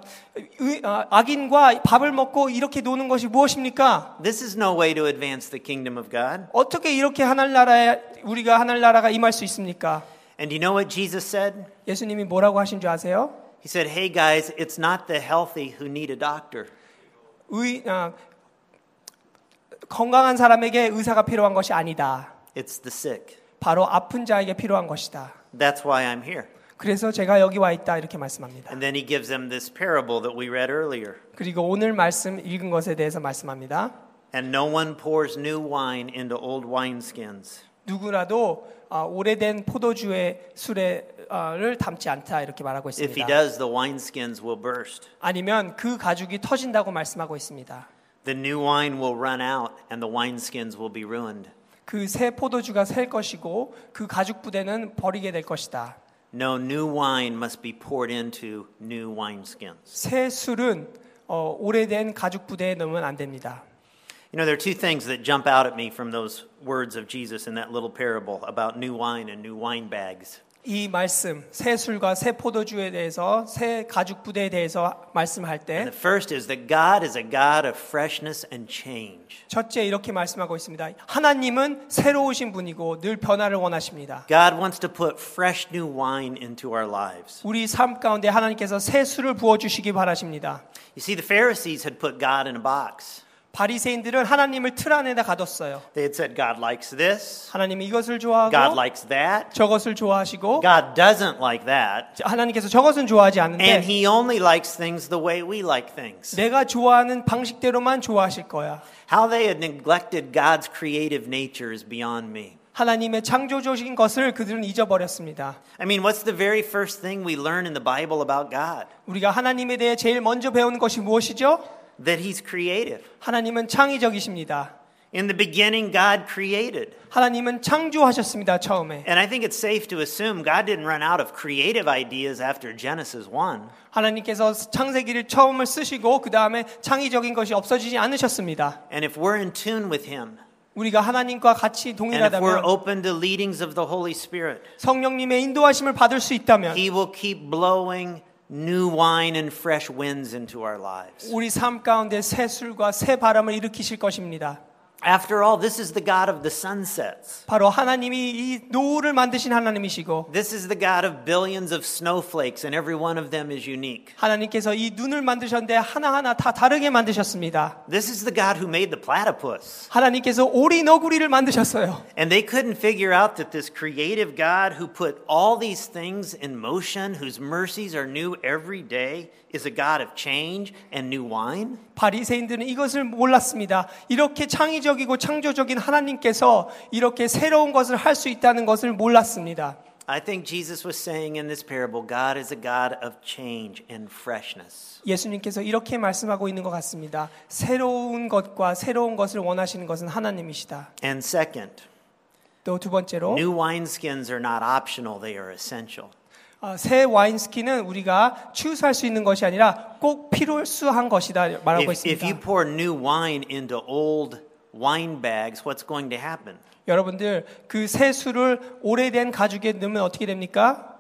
Speaker 2: 의- 아, 악인과 밥을 먹고 이렇게 노는 것이 무엇입니까?
Speaker 1: This is no way to advance the kingdom of God.
Speaker 2: 어떻게 이렇게 하늘나라에 우리가 하늘나라가 임할 수 있습니까?
Speaker 1: And you know what Jesus said?
Speaker 2: 예수님이 뭐라고 하신 줄 아세요?
Speaker 1: He said, Hey guys, it's not the healthy who need a doctor,
Speaker 2: 의, 아, 건강한 사람에게 의사가 필요한 것이 아니다.
Speaker 1: it's the sick.
Speaker 2: 바로 아픈 자에게 필요한 것이다.
Speaker 1: That's why I'm here.
Speaker 2: 그래서 제가 여기 와 있다 이렇게 말씀합니다.
Speaker 1: And then he gives them this parable that we read earlier.
Speaker 2: 그리고 오늘 말씀 읽은 것에 대해서 말씀합니다.
Speaker 1: And no one pours new wine into old wineskins.
Speaker 2: 누구라도 아, 오래된 포도주의 수레를 담지 않다 이렇게 말하고
Speaker 1: If he
Speaker 2: 있습니다.
Speaker 1: does, the wineskins will burst.
Speaker 2: 아니면 그 가죽이 터진다고 말씀하고 있습니다.
Speaker 1: The new wine will run out and the wineskins will be ruined.
Speaker 2: 그 새 포도주가 셀 것이고 그 가죽 부대는 버리게 될 것이다.
Speaker 1: No, new wine must be poured into new wineskins.
Speaker 2: 새 술은 어, 오래된 가죽 부대에 넣으면 안 됩니다.
Speaker 1: You know, there are two things that jump out at me from those words of Jesus in that little parable about new wine and new wine bags.
Speaker 2: 이 말씀, 새 술과 새 포도주에 대해서 새 가죽 부대에 대해서 말씀할 때
Speaker 1: And the first is that God is a God of freshness and change.
Speaker 2: 첫째 이렇게 말씀하고 있습니다. 하나님은 새로우신 분이고 늘 변화를 원하십니다.
Speaker 1: God wants to put fresh new wine into our lives.
Speaker 2: 우리 삶 가운데 하나님께서 새 술을 부어 주시기 바라십니다.
Speaker 1: You see, the Pharisees had put God in a box.
Speaker 2: 바리새인들은 하나님을 틀 안에다 가뒀어요.
Speaker 1: They had said, God likes this,
Speaker 2: 하나님이 이것을
Speaker 1: God
Speaker 2: 좋아하고
Speaker 1: likes that,
Speaker 2: 저것을 좋아하시고
Speaker 1: God doesn't like that,
Speaker 2: 하나님께서 저것은 좋아하지
Speaker 1: and
Speaker 2: 않는데
Speaker 1: He only likes things the way we like things.
Speaker 2: 내가 좋아하는 방식대로만 좋아하실 거야.
Speaker 1: How they had neglected God's creative nature is beyond me.
Speaker 2: 하나님의 창조적인 것을 그들은 잊어버렸습니다.
Speaker 1: I mean, what's the very first thing we learn in the Bible about God?
Speaker 2: 우리가 하나님에 대해 제일 먼저 배운 것이 무엇이죠?
Speaker 1: That He's creative.
Speaker 2: 하나님은 창의적이십니다.
Speaker 1: In the beginning, God created.
Speaker 2: 하나님은 창조하셨습니다, 처음에.
Speaker 1: And I think it's safe to assume God didn't run out of creative ideas after Genesis 1.
Speaker 2: 하나님께서 창세기를 처음을 쓰시고 그 다음에 창의적인 것이 없어지지 않으셨습니다.
Speaker 1: And if we're in tune with Him,
Speaker 2: 우리가 하나님과 같이
Speaker 1: and if we're
Speaker 2: 동일하다면
Speaker 1: open to leadings of the Holy Spirit,
Speaker 2: 성령님의 인도하심을 받을 수 있다면
Speaker 1: He will keep blowing new wine and fresh winds into our lives.
Speaker 2: 우리 삶 가운데 새 술과 새 바람을 일으키실 것입니다.
Speaker 1: After all, this is the God of the sunsets.
Speaker 2: 바로 하나님이 이 노을을 만드신 하나님이시고
Speaker 1: This is the God of billions of snowflakes, and every one of them is unique.
Speaker 2: 하나님께서 이 눈을 만드셨는데 하나하나 다 다르게 만드셨습니다.
Speaker 1: This is the God who made the platypus.
Speaker 2: 하나님께서 오리 너구리를 만드셨어요.
Speaker 1: And they couldn't figure out that this creative God who put all these things in motion, whose mercies are new every day, is a God of change and new wine.
Speaker 2: 바리새인들은 이것을 몰랐습니다. 이렇게 창의적이고 창조적인 하나님께서 이렇게 새로운 것을 할 수 있다는 것을 몰랐습니다.
Speaker 1: I think Jesus was saying in this parable God is a God of change and freshness.
Speaker 2: 예수님께서 이렇게 말씀하고 있는 것 같습니다. 새로운 것과 새로운 것을 원하시는 것은 하나님이시다.
Speaker 1: And second,
Speaker 2: 또 두 번째로
Speaker 1: new wineskins are not optional, they are essential.
Speaker 2: 아, 새 와인스킨은 우리가 추수할 수 있는 것이 아니라 꼭 필수한 것이다
Speaker 1: If,
Speaker 2: 말하고
Speaker 1: if
Speaker 2: 있습니다.
Speaker 1: you pour new wine into old wine bags, what's going to happen?
Speaker 2: 여러분들 그 새 술을 오래된 가죽에 넣으면 어떻게 됩니까?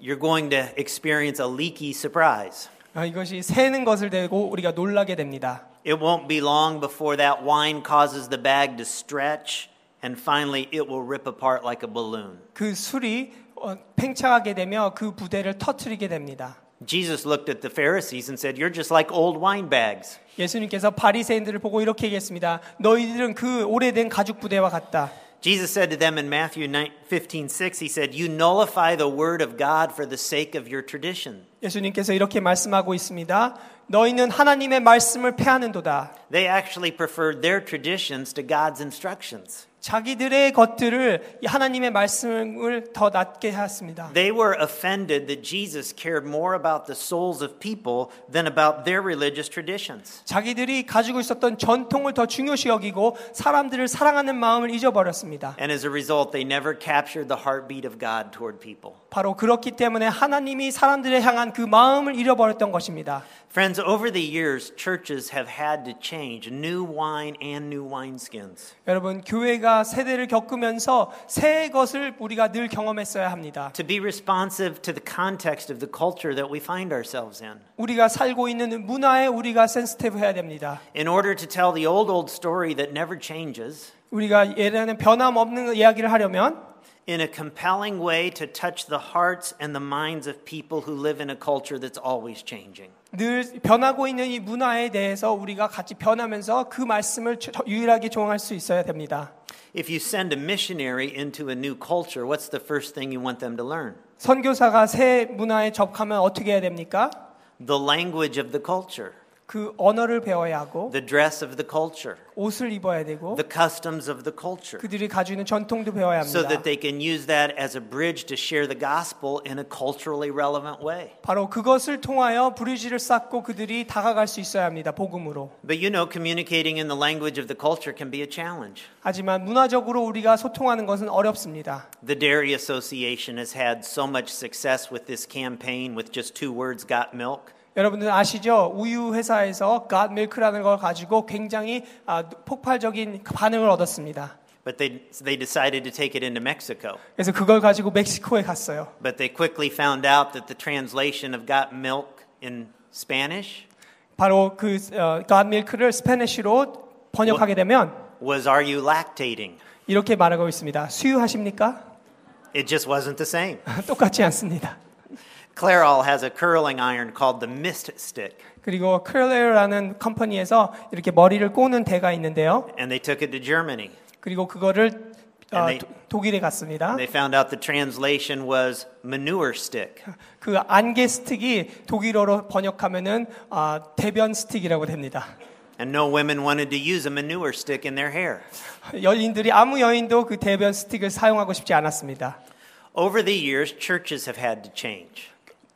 Speaker 1: You're going to experience a leaky surprise.
Speaker 2: 아, 이것이 새는 것을 대고 우리가 놀라게 됩니다.
Speaker 1: It won't be long before that wine causes the bag to stretch, and finally it will rip apart like a balloon.
Speaker 2: 그 술이 어, 팽창하게 되며 그 부대를 터뜨리게 됩니다.
Speaker 1: Jesus looked at the Pharisees and said, You're just like old wine bags.
Speaker 2: 예수님께서 바리새인들을 보고 이렇게 얘기했습니다. 너희들은 그 오래된 가죽 부대와 같다.
Speaker 1: Jesus said to them in Matthew 9, 15, 6, He said, You nullify the word of God for the sake of your tradition.
Speaker 2: 예수님께서 이렇게 말씀하고 있습니다. 너희는 하나님의 말씀을 패하는도다.
Speaker 1: They actually preferred their traditions to God's instructions.
Speaker 2: 자기들의 것들을 이 하나님의 말씀을 더 낮게 하였습니다.
Speaker 1: They were offended that Jesus cared more about the souls of people than about their religious traditions.
Speaker 2: 자기들이 가지고 있었던 전통을 더 중요시 여기고 사람들을 사랑하는 마음을 잊어버렸습니다.
Speaker 1: And as a result, they never captured the heartbeat of God toward people.
Speaker 2: 바로 그렇기 때문에 하나님이 사람들을 향한 그 마음을 잃어버렸던 것입니다.
Speaker 1: Friends, over the years, churches have had to change new wine and new wineskins.
Speaker 2: 여러분, 교회가 세대를 겪으면서 새 것을 우리가 늘 경험했어야 합니다.
Speaker 1: To be responsive to the context of the culture that we find ourselves in.
Speaker 2: 우리가 살고 있는 문화에 우리가 센스티브 해야 됩니다.
Speaker 1: In order to tell the old, old story that never changes,
Speaker 2: 우리가 예전에 변함없는 이야기를 하려면
Speaker 1: in a compelling way to touch the hearts and the minds of people who live in a culture that's always changing.
Speaker 2: 늘 변하고 있는 이 문화에 대해서 우리가 같이 변하면서 그 말씀을 저- 유일하게 조응할 수 있어야 됩니다.
Speaker 1: If you send a missionary into a new culture, what's the first thing you want them to learn?
Speaker 2: 선교사가 새 문화에 접하면 어떻게 해야 됩니까?
Speaker 1: The language of the culture,
Speaker 2: 그 언어를 배워야 하고
Speaker 1: the dress of the culture,
Speaker 2: 옷을 입어야 되고
Speaker 1: the customs of the culture.
Speaker 2: 그들이 가지고 있는 전통도 배워야
Speaker 1: so
Speaker 2: 합니다.
Speaker 1: that they can use that as a bridge to share the gospel in a culturally relevant way.
Speaker 2: 바로 그것을 통하여 브리지를 쌓고 그들이 다가갈 수 있어야 합니다. 복음으로.
Speaker 1: But you know, communicating in the language of the culture can be a challenge.
Speaker 2: 하지만 문화적으로 우리가 소통하는 것은 어렵습니다.
Speaker 1: The Dairy Association has had so much success with this campaign with just two words got milk.
Speaker 2: 여러분들 아시죠? 우유 회사에서 God Milk라는 걸 가지고 굉장히 아, 폭발적인 반응을 얻었습니다.
Speaker 1: But they, they decided to take it into Mexico.
Speaker 2: 그래서 그걸 가지고 멕시코에 갔어요.
Speaker 1: But they quickly found out that the translation of got milk in Spanish
Speaker 2: 바로 그 어, God Milk를 스페니쉬로 번역하게 되면
Speaker 1: was Are you lactating?
Speaker 2: 이렇게 말하고 있습니다. 수유하십니까? [LAUGHS]
Speaker 1: It just wasn't the same.
Speaker 2: 똑같지 않습니다.
Speaker 1: Clairol has a curling iron called the Mist Stick,
Speaker 2: 그리고 클레어라는 컴퍼니에서 이렇게 머리를 꼬는 대가 있는데요.
Speaker 1: and they took it to Germany.
Speaker 2: 그리고 그거를 어,
Speaker 1: And they-
Speaker 2: 도- 독일에 갔습니다.
Speaker 1: They found out the translation was manure stick.
Speaker 2: 그 안개 스틱이 독일어로 번역하면은 아, 대변 스틱이라고 됩니다.
Speaker 1: And no women wanted to use a manure stick in their hair.
Speaker 2: 여인들이 아무 여인도 그 대변 스틱을 사용하고 싶지 않았습니다.
Speaker 1: Over the years, churches have had to change.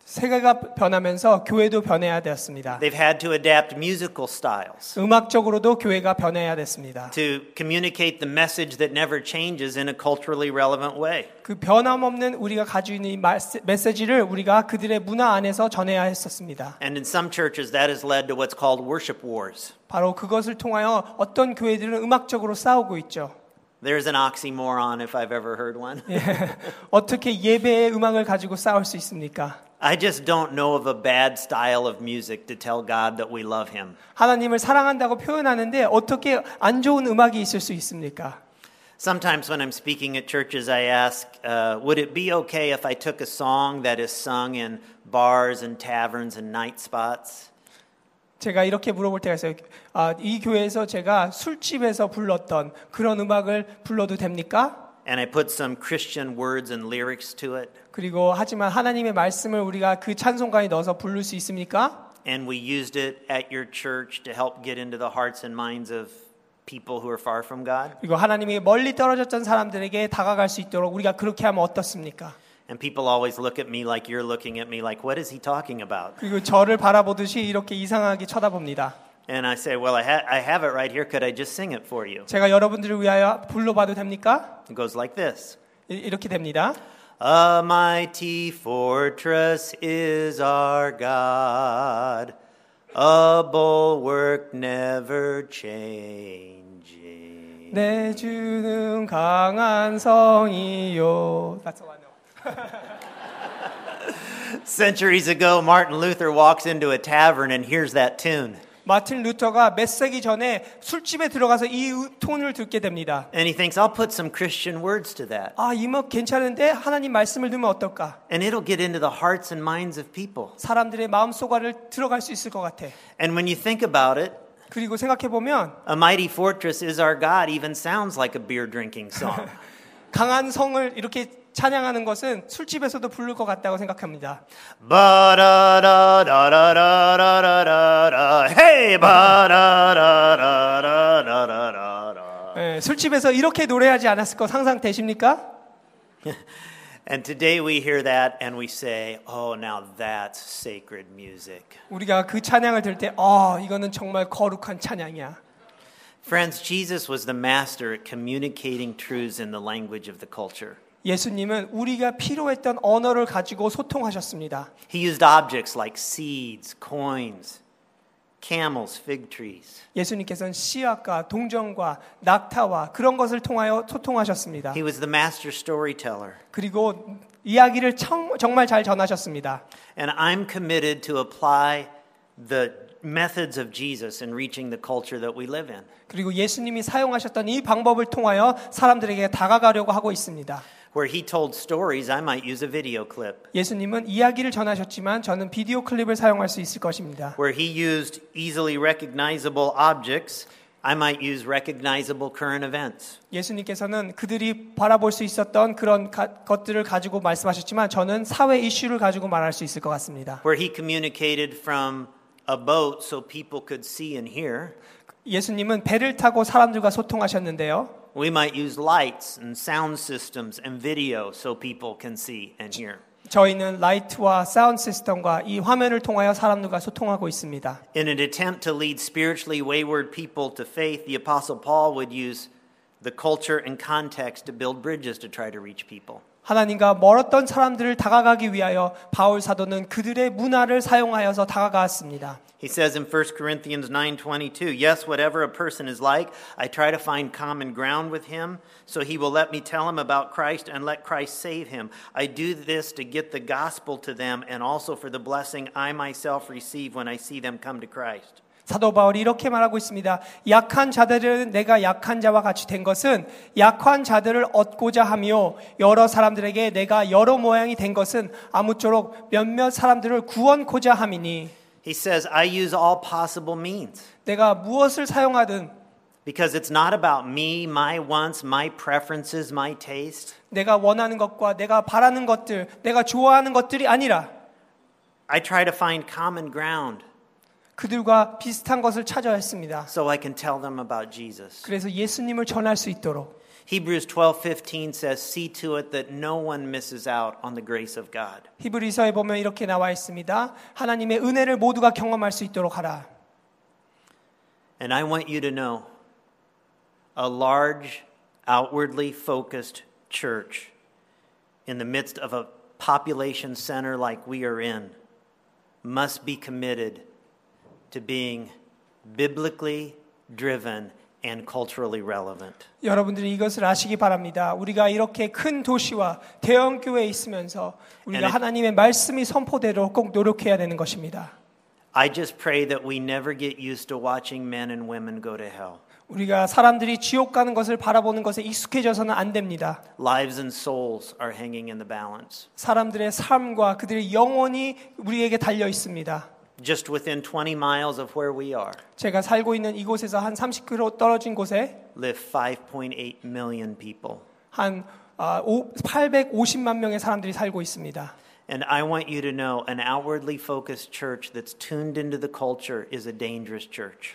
Speaker 2: 세계가 변하면서 교회도 변해야 되었습니다.
Speaker 1: They've had to adapt musical styles
Speaker 2: 음악적으로도 교회가 변해야 됐습니다.
Speaker 1: to communicate the message that never changes in a culturally relevant way.
Speaker 2: 그 변함없는 우리가 가지고 있는 이 말세- 메시지를 우리가 그들의 문화 안에서 전해야 했었습니다.
Speaker 1: And in some churches, that has led to what's called worship wars.
Speaker 2: 바로 그것을 통하여 어떤 교회들은 음악적으로 싸우고 있죠.
Speaker 1: There's an oxymoron if I've ever heard one.
Speaker 2: 어떻게 예배의 음악을 가지고 싸울 수 있습니까?
Speaker 1: I just don't know of a bad style of music to tell God that we love Him.
Speaker 2: 하나님을 사랑한다고 표현하는데 어떻게 안 좋은 음악이 있을 수 있습니까?
Speaker 1: Sometimes when I'm speaking at churches, I ask, uh, would it be okay if I took a song that is sung in bars and taverns and night spots?
Speaker 2: 제가 이렇게 물어볼 때가 있어요. 아, 이 교회에서 제가 술집에서 불렀던 그런 음악을 불러도 됩니까?
Speaker 1: And I put some Christian words and lyrics to it,
Speaker 2: 그리고 하지만 하나님의 말씀을 우리가 그 찬송가에 넣어서 부를 수 있습니까?
Speaker 1: and we used it at your church to help get into the hearts and minds of people who are far from God.
Speaker 2: 그리고 하나님이 멀리 떨어졌던 사람들에게 다가갈 수 있도록 우리가 그렇게 하면 어떻습니까?
Speaker 1: And people always look at me like you're looking at me, like, what is he talking about?
Speaker 2: 그리고 저를 바라보듯이 이렇게 이상하게 쳐다봅니다.
Speaker 1: And I say, well, I, ha- I have it right here. Could I just sing it for you?
Speaker 2: 제가 여러분들을 위하여 불러봐도 됩니까?
Speaker 1: It goes like this.
Speaker 2: 이- 이렇게 됩니다.
Speaker 1: A mighty fortress is our God, a bulwark never changing.
Speaker 2: 내 주는 강한 성이요. That's all I know.
Speaker 1: Centuries ago, Martin Luther walks into a tavern and hears that tune.
Speaker 2: 마틴 루터가 몇 세기 전에 술집에 들어가서 이 우- 톤을 듣게 됩니다.
Speaker 1: And he thinks, I'll put some Christian words to that,
Speaker 2: 아, 이목 괜찮은데 하나님 말씀을 넣으면 어떨까?
Speaker 1: and it'll get into the hearts and minds of people.
Speaker 2: 사람들의 마음 속아를 들어갈 수 있을 것 같아.
Speaker 1: And when you think about it,
Speaker 2: 그리고 생각해 보면
Speaker 1: A mighty fortress is our God even sounds like a beer drinking song. [LAUGHS]
Speaker 2: 강한 성을 이렇게 찬양하는 것은 술집에서도 부를 것 같다고 생각합니다.
Speaker 1: ba da da da da da da da da da. Hey ba da da da da da da da da.
Speaker 2: 예, 술집에서 이렇게 노래하지 않았을 거 상상되십니까?
Speaker 1: And today we hear that and we say, "Oh, now that's sacred music."
Speaker 2: 우리가 그 찬양을 들 때, 아, 이거는 정말 거룩한 찬양이야.
Speaker 1: Friends, Jesus was the master at communicating truths in the language of the culture.
Speaker 2: 예수님은 우리가 필요했던 언어를 가지고 소통하셨습니다.
Speaker 1: He used objects like seeds, coins, camels, fig trees.
Speaker 2: 예수님께서는 씨앗과 동전과 낙타와 그런 것을 통하여 소통하셨습니다.
Speaker 1: He was the master storyteller.
Speaker 2: 그리고 이야기를 청- 정말 잘 전하셨습니다.
Speaker 1: And I'm committed to apply the methods of Jesus in reaching the culture that we live in,
Speaker 2: 그리고 예수님이 사용하셨던 이 방법을 통하여 사람들에게 다가가려고 하고 있습니다.
Speaker 1: where he told stories. I might use a video clip
Speaker 2: 예수님은 이야기를 전하셨지만 저는 비디오 클립을 사용할 수 있을 것입니다.
Speaker 1: where he used easily recognizable objects. I might use recognizable current events.
Speaker 2: 예수님께서는 그들이 바라볼 수 있었던 그런 가- 것들을 가지고 말씀하셨지만 저는 사회 이슈를 가지고 말할 수 있을 것 같습니다.
Speaker 1: Where he communicated from a boat so people could see and hear.
Speaker 2: 예수님은 배를 타고 사람들과 소통하셨는데요.
Speaker 1: We might use lights and sound systems and video so people can see and hear.
Speaker 2: 저희는 라이트와 사운드 시스템과 이 화면을 통하여 사람들과 소통하고 있습니다.
Speaker 1: In an attempt to lead spiritually wayward people to faith, the Apostle Paul would use the culture and context to build bridges to try to reach people.
Speaker 2: 하나님과 멀었던 사람들을 다가가기 위하여 바울 사도는 그들의 문화를 사용하여서 다가갔습니다.
Speaker 1: He says in 1 Corinthians 9:22, "Yes, whatever a person is like, I try to find common ground with him, so he will let me tell him about Christ and let Christ save him. I do this to get the gospel to them and also for the blessing I myself receive when I see them come to Christ."
Speaker 2: 사도 바울이 이렇게 말하고 있습니다. 약한 자들은 내가 약한 자와 같이 된 것은 약한 자들을 얻고자 하며 여러 사람들에게 내가 여러 모양이 된 것은 아무쪼록 몇몇 사람들을 구원코자 함이니
Speaker 1: He says, I use all possible means
Speaker 2: 내가 무엇을 사용하든
Speaker 1: because it's not about me, my wants, my preferences, my taste.
Speaker 2: 내가 원하는 것과 내가 바라는 것들, 내가 좋아하는 것들이 아니라
Speaker 1: I try to find common ground
Speaker 2: 그들과 비슷한 것을 찾아야 했습니다.
Speaker 1: so I can tell them about Jesus.
Speaker 2: 그래서 예수님을 전할 수 있도록
Speaker 1: Hebrews 12:15 says, "See to it that no one misses out on the grace of God."
Speaker 2: 히브리서에 보면 이렇게 나와 있습니다. 하나님의 은혜를 모두가 경험할 수 있도록 하라.
Speaker 1: And I want you to know a large, outwardly focused church in the midst of a population center like we are in must be committed to being biblically driven and culturally relevant.
Speaker 2: 여러분들이 이것을 아시기 바랍니다. 우리가 이렇게 큰 도시와 대형 교회에 있으면서 우리가
Speaker 1: And it-
Speaker 2: 하나님의 말씀이 선포대로 꼭 노력해야 되는 것입니다.
Speaker 1: I just pray that we never get used to watching men and women go to hell.
Speaker 2: 우리가 사람들이 지옥 가는 것을 바라보는 것에 익숙해져서는 안 됩니다.
Speaker 1: Lives and souls are hanging in the balance.
Speaker 2: 사람들의 삶과 그들의 영혼이 우리에게 달려 있습니다.
Speaker 1: Just within 20 miles of where we are,
Speaker 2: 제가 살고 있는 이곳에서 한 30km 떨어진 곳에
Speaker 1: live 5.8 million people.
Speaker 2: 한 아, 오- 850만 명의 사람들이 살고 있습니다.
Speaker 1: And I want you to know an outwardly focused church that's tuned into the culture is a dangerous church.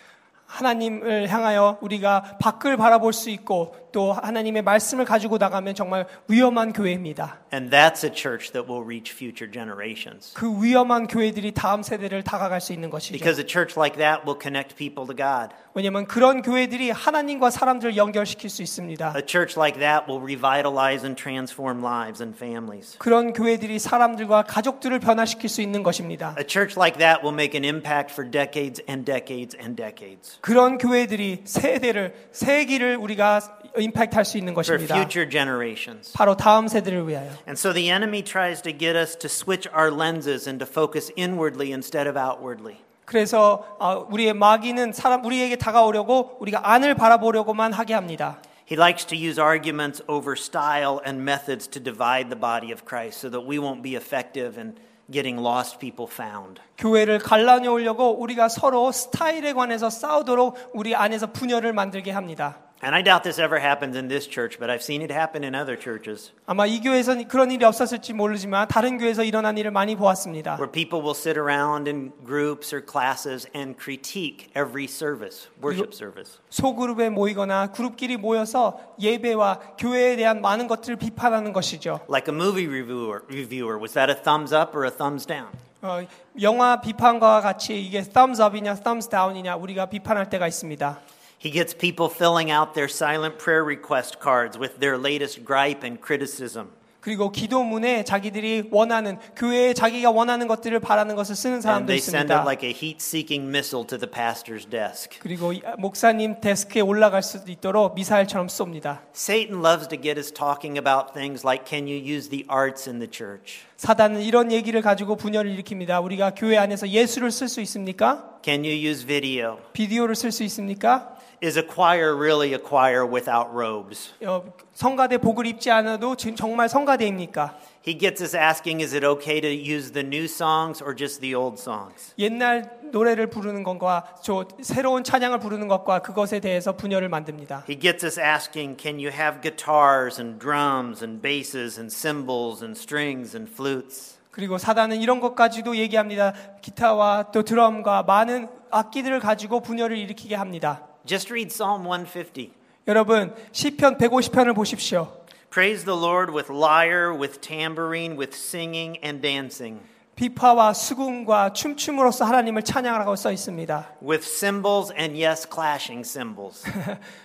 Speaker 2: 하나님을 향하여 우리가 밖을 바라볼 수 있고 또 하나님의 말씀을 가지고 나가면 정말 위험한 교회입니다.
Speaker 1: And that's a church that will reach future generations.
Speaker 2: 그 위험한 교회들이 다음 세대를 다가갈 수 있는 것이죠.
Speaker 1: Because a church like that will connect people to God.
Speaker 2: 왜냐하면 그런 교회들이 하나님과 사람들을 연결시킬 수 있습니다.
Speaker 1: A church like that will revitalize and transform lives and families.
Speaker 2: 그런 교회들이 사람들과 가족들을 변화시킬 수 있는 것입니다.
Speaker 1: A church like that will make an impact for decades and decades and decades.
Speaker 2: 그런 교회들이 세대를 세기를 우리가 임팩트할 수 있는
Speaker 1: For
Speaker 2: 것입니다.
Speaker 1: future generations.
Speaker 2: 바로 다음 세대를 위하여.
Speaker 1: And so the enemy tries to get us to switch our lenses and to focus inwardly instead of outwardly.
Speaker 2: 그래서 아, 우리의 마귀는 사람 우리에게 다가오려고 우리가 안을 바라보려고만 하게 합니다.
Speaker 1: He likes to use arguments over style and methods to divide the body of Christ so that we won't be effective in getting lost people found.
Speaker 2: 교회를 갈라놓으려고 우리가 서로 스타일에 관해서 싸우도록 우리 안에서 분열을 만들게 합니다.
Speaker 1: And I doubt this ever happens in this church, but I've seen it happen in other churches
Speaker 2: 아마 이 교회에서는 그런 일이 없었을지 모르지만 다른 교회에서 일어난 일을 많이 보았습니다.
Speaker 1: where people will sit around in groups or classes and critique every service, worship service.
Speaker 2: 소그룹에 모이거나 그룹끼리 모여서 예배와 교회에 대한 많은 것들을 비판하는 것이죠.
Speaker 1: Like a movie reviewer, reviewer, was that a thumbs up or a thumbs down?
Speaker 2: 어, 영화 비판과 같이 이게 thumbs up이냐 thumbs down이냐 우리가 비판할 때가 있습니다.
Speaker 1: He gets people filling out their silent prayer request cards with their latest gripe and criticism.
Speaker 2: 그리고 기도문에 자기들이 원하는 교회에 자기가 원하는 것들을 바라는 것을 쓰는
Speaker 1: And
Speaker 2: 사람도
Speaker 1: they send it
Speaker 2: 있습니다.
Speaker 1: like a heat seeking missile to the pastor's desk.
Speaker 2: 그리고 이- 목사님 데스크에 올라갈 수도 있도록 미사일처럼 쏩니다.
Speaker 1: Satan loves to get us talking about things like can you use the arts in the church?
Speaker 2: 사단은 이런 얘기를 가지고 분열을 일으킵니다. 우리가 교회 안에서 예술을 쓸 수 있습니까?
Speaker 1: Can you use video?
Speaker 2: 비디오를 쓸 수 있습니까?
Speaker 1: Is a choir really a choir without robes?
Speaker 2: 어, 성가대 복을 입지 않아도 지- 정말 성가대입니까?
Speaker 1: He gets us asking is it okay to use the new songs or just the old songs?
Speaker 2: 옛날 노래를 부르는 것과 저 새로운 찬양을 부르는 것과 그것에 대해서 분열을 만듭니다.
Speaker 1: He gets us asking can you have guitars and drums and basses and cymbals and strings and flutes?
Speaker 2: 그리고 사단은 이런 것까지도 얘기합니다. 기타와 또 드럼과 많은 악기들을 가지고 분열을 일으키게 합니다.
Speaker 1: Just read Psalm 150.
Speaker 2: 여러분 시편 150편을 보십시오.
Speaker 1: Praise the Lord with lyre, with tambourine, with singing and dancing,
Speaker 2: 비파와 수궁과 춤춤으로써 하나님을 찬양하라고 써 있습니다.
Speaker 1: with cymbals and yes, clashing cymbals.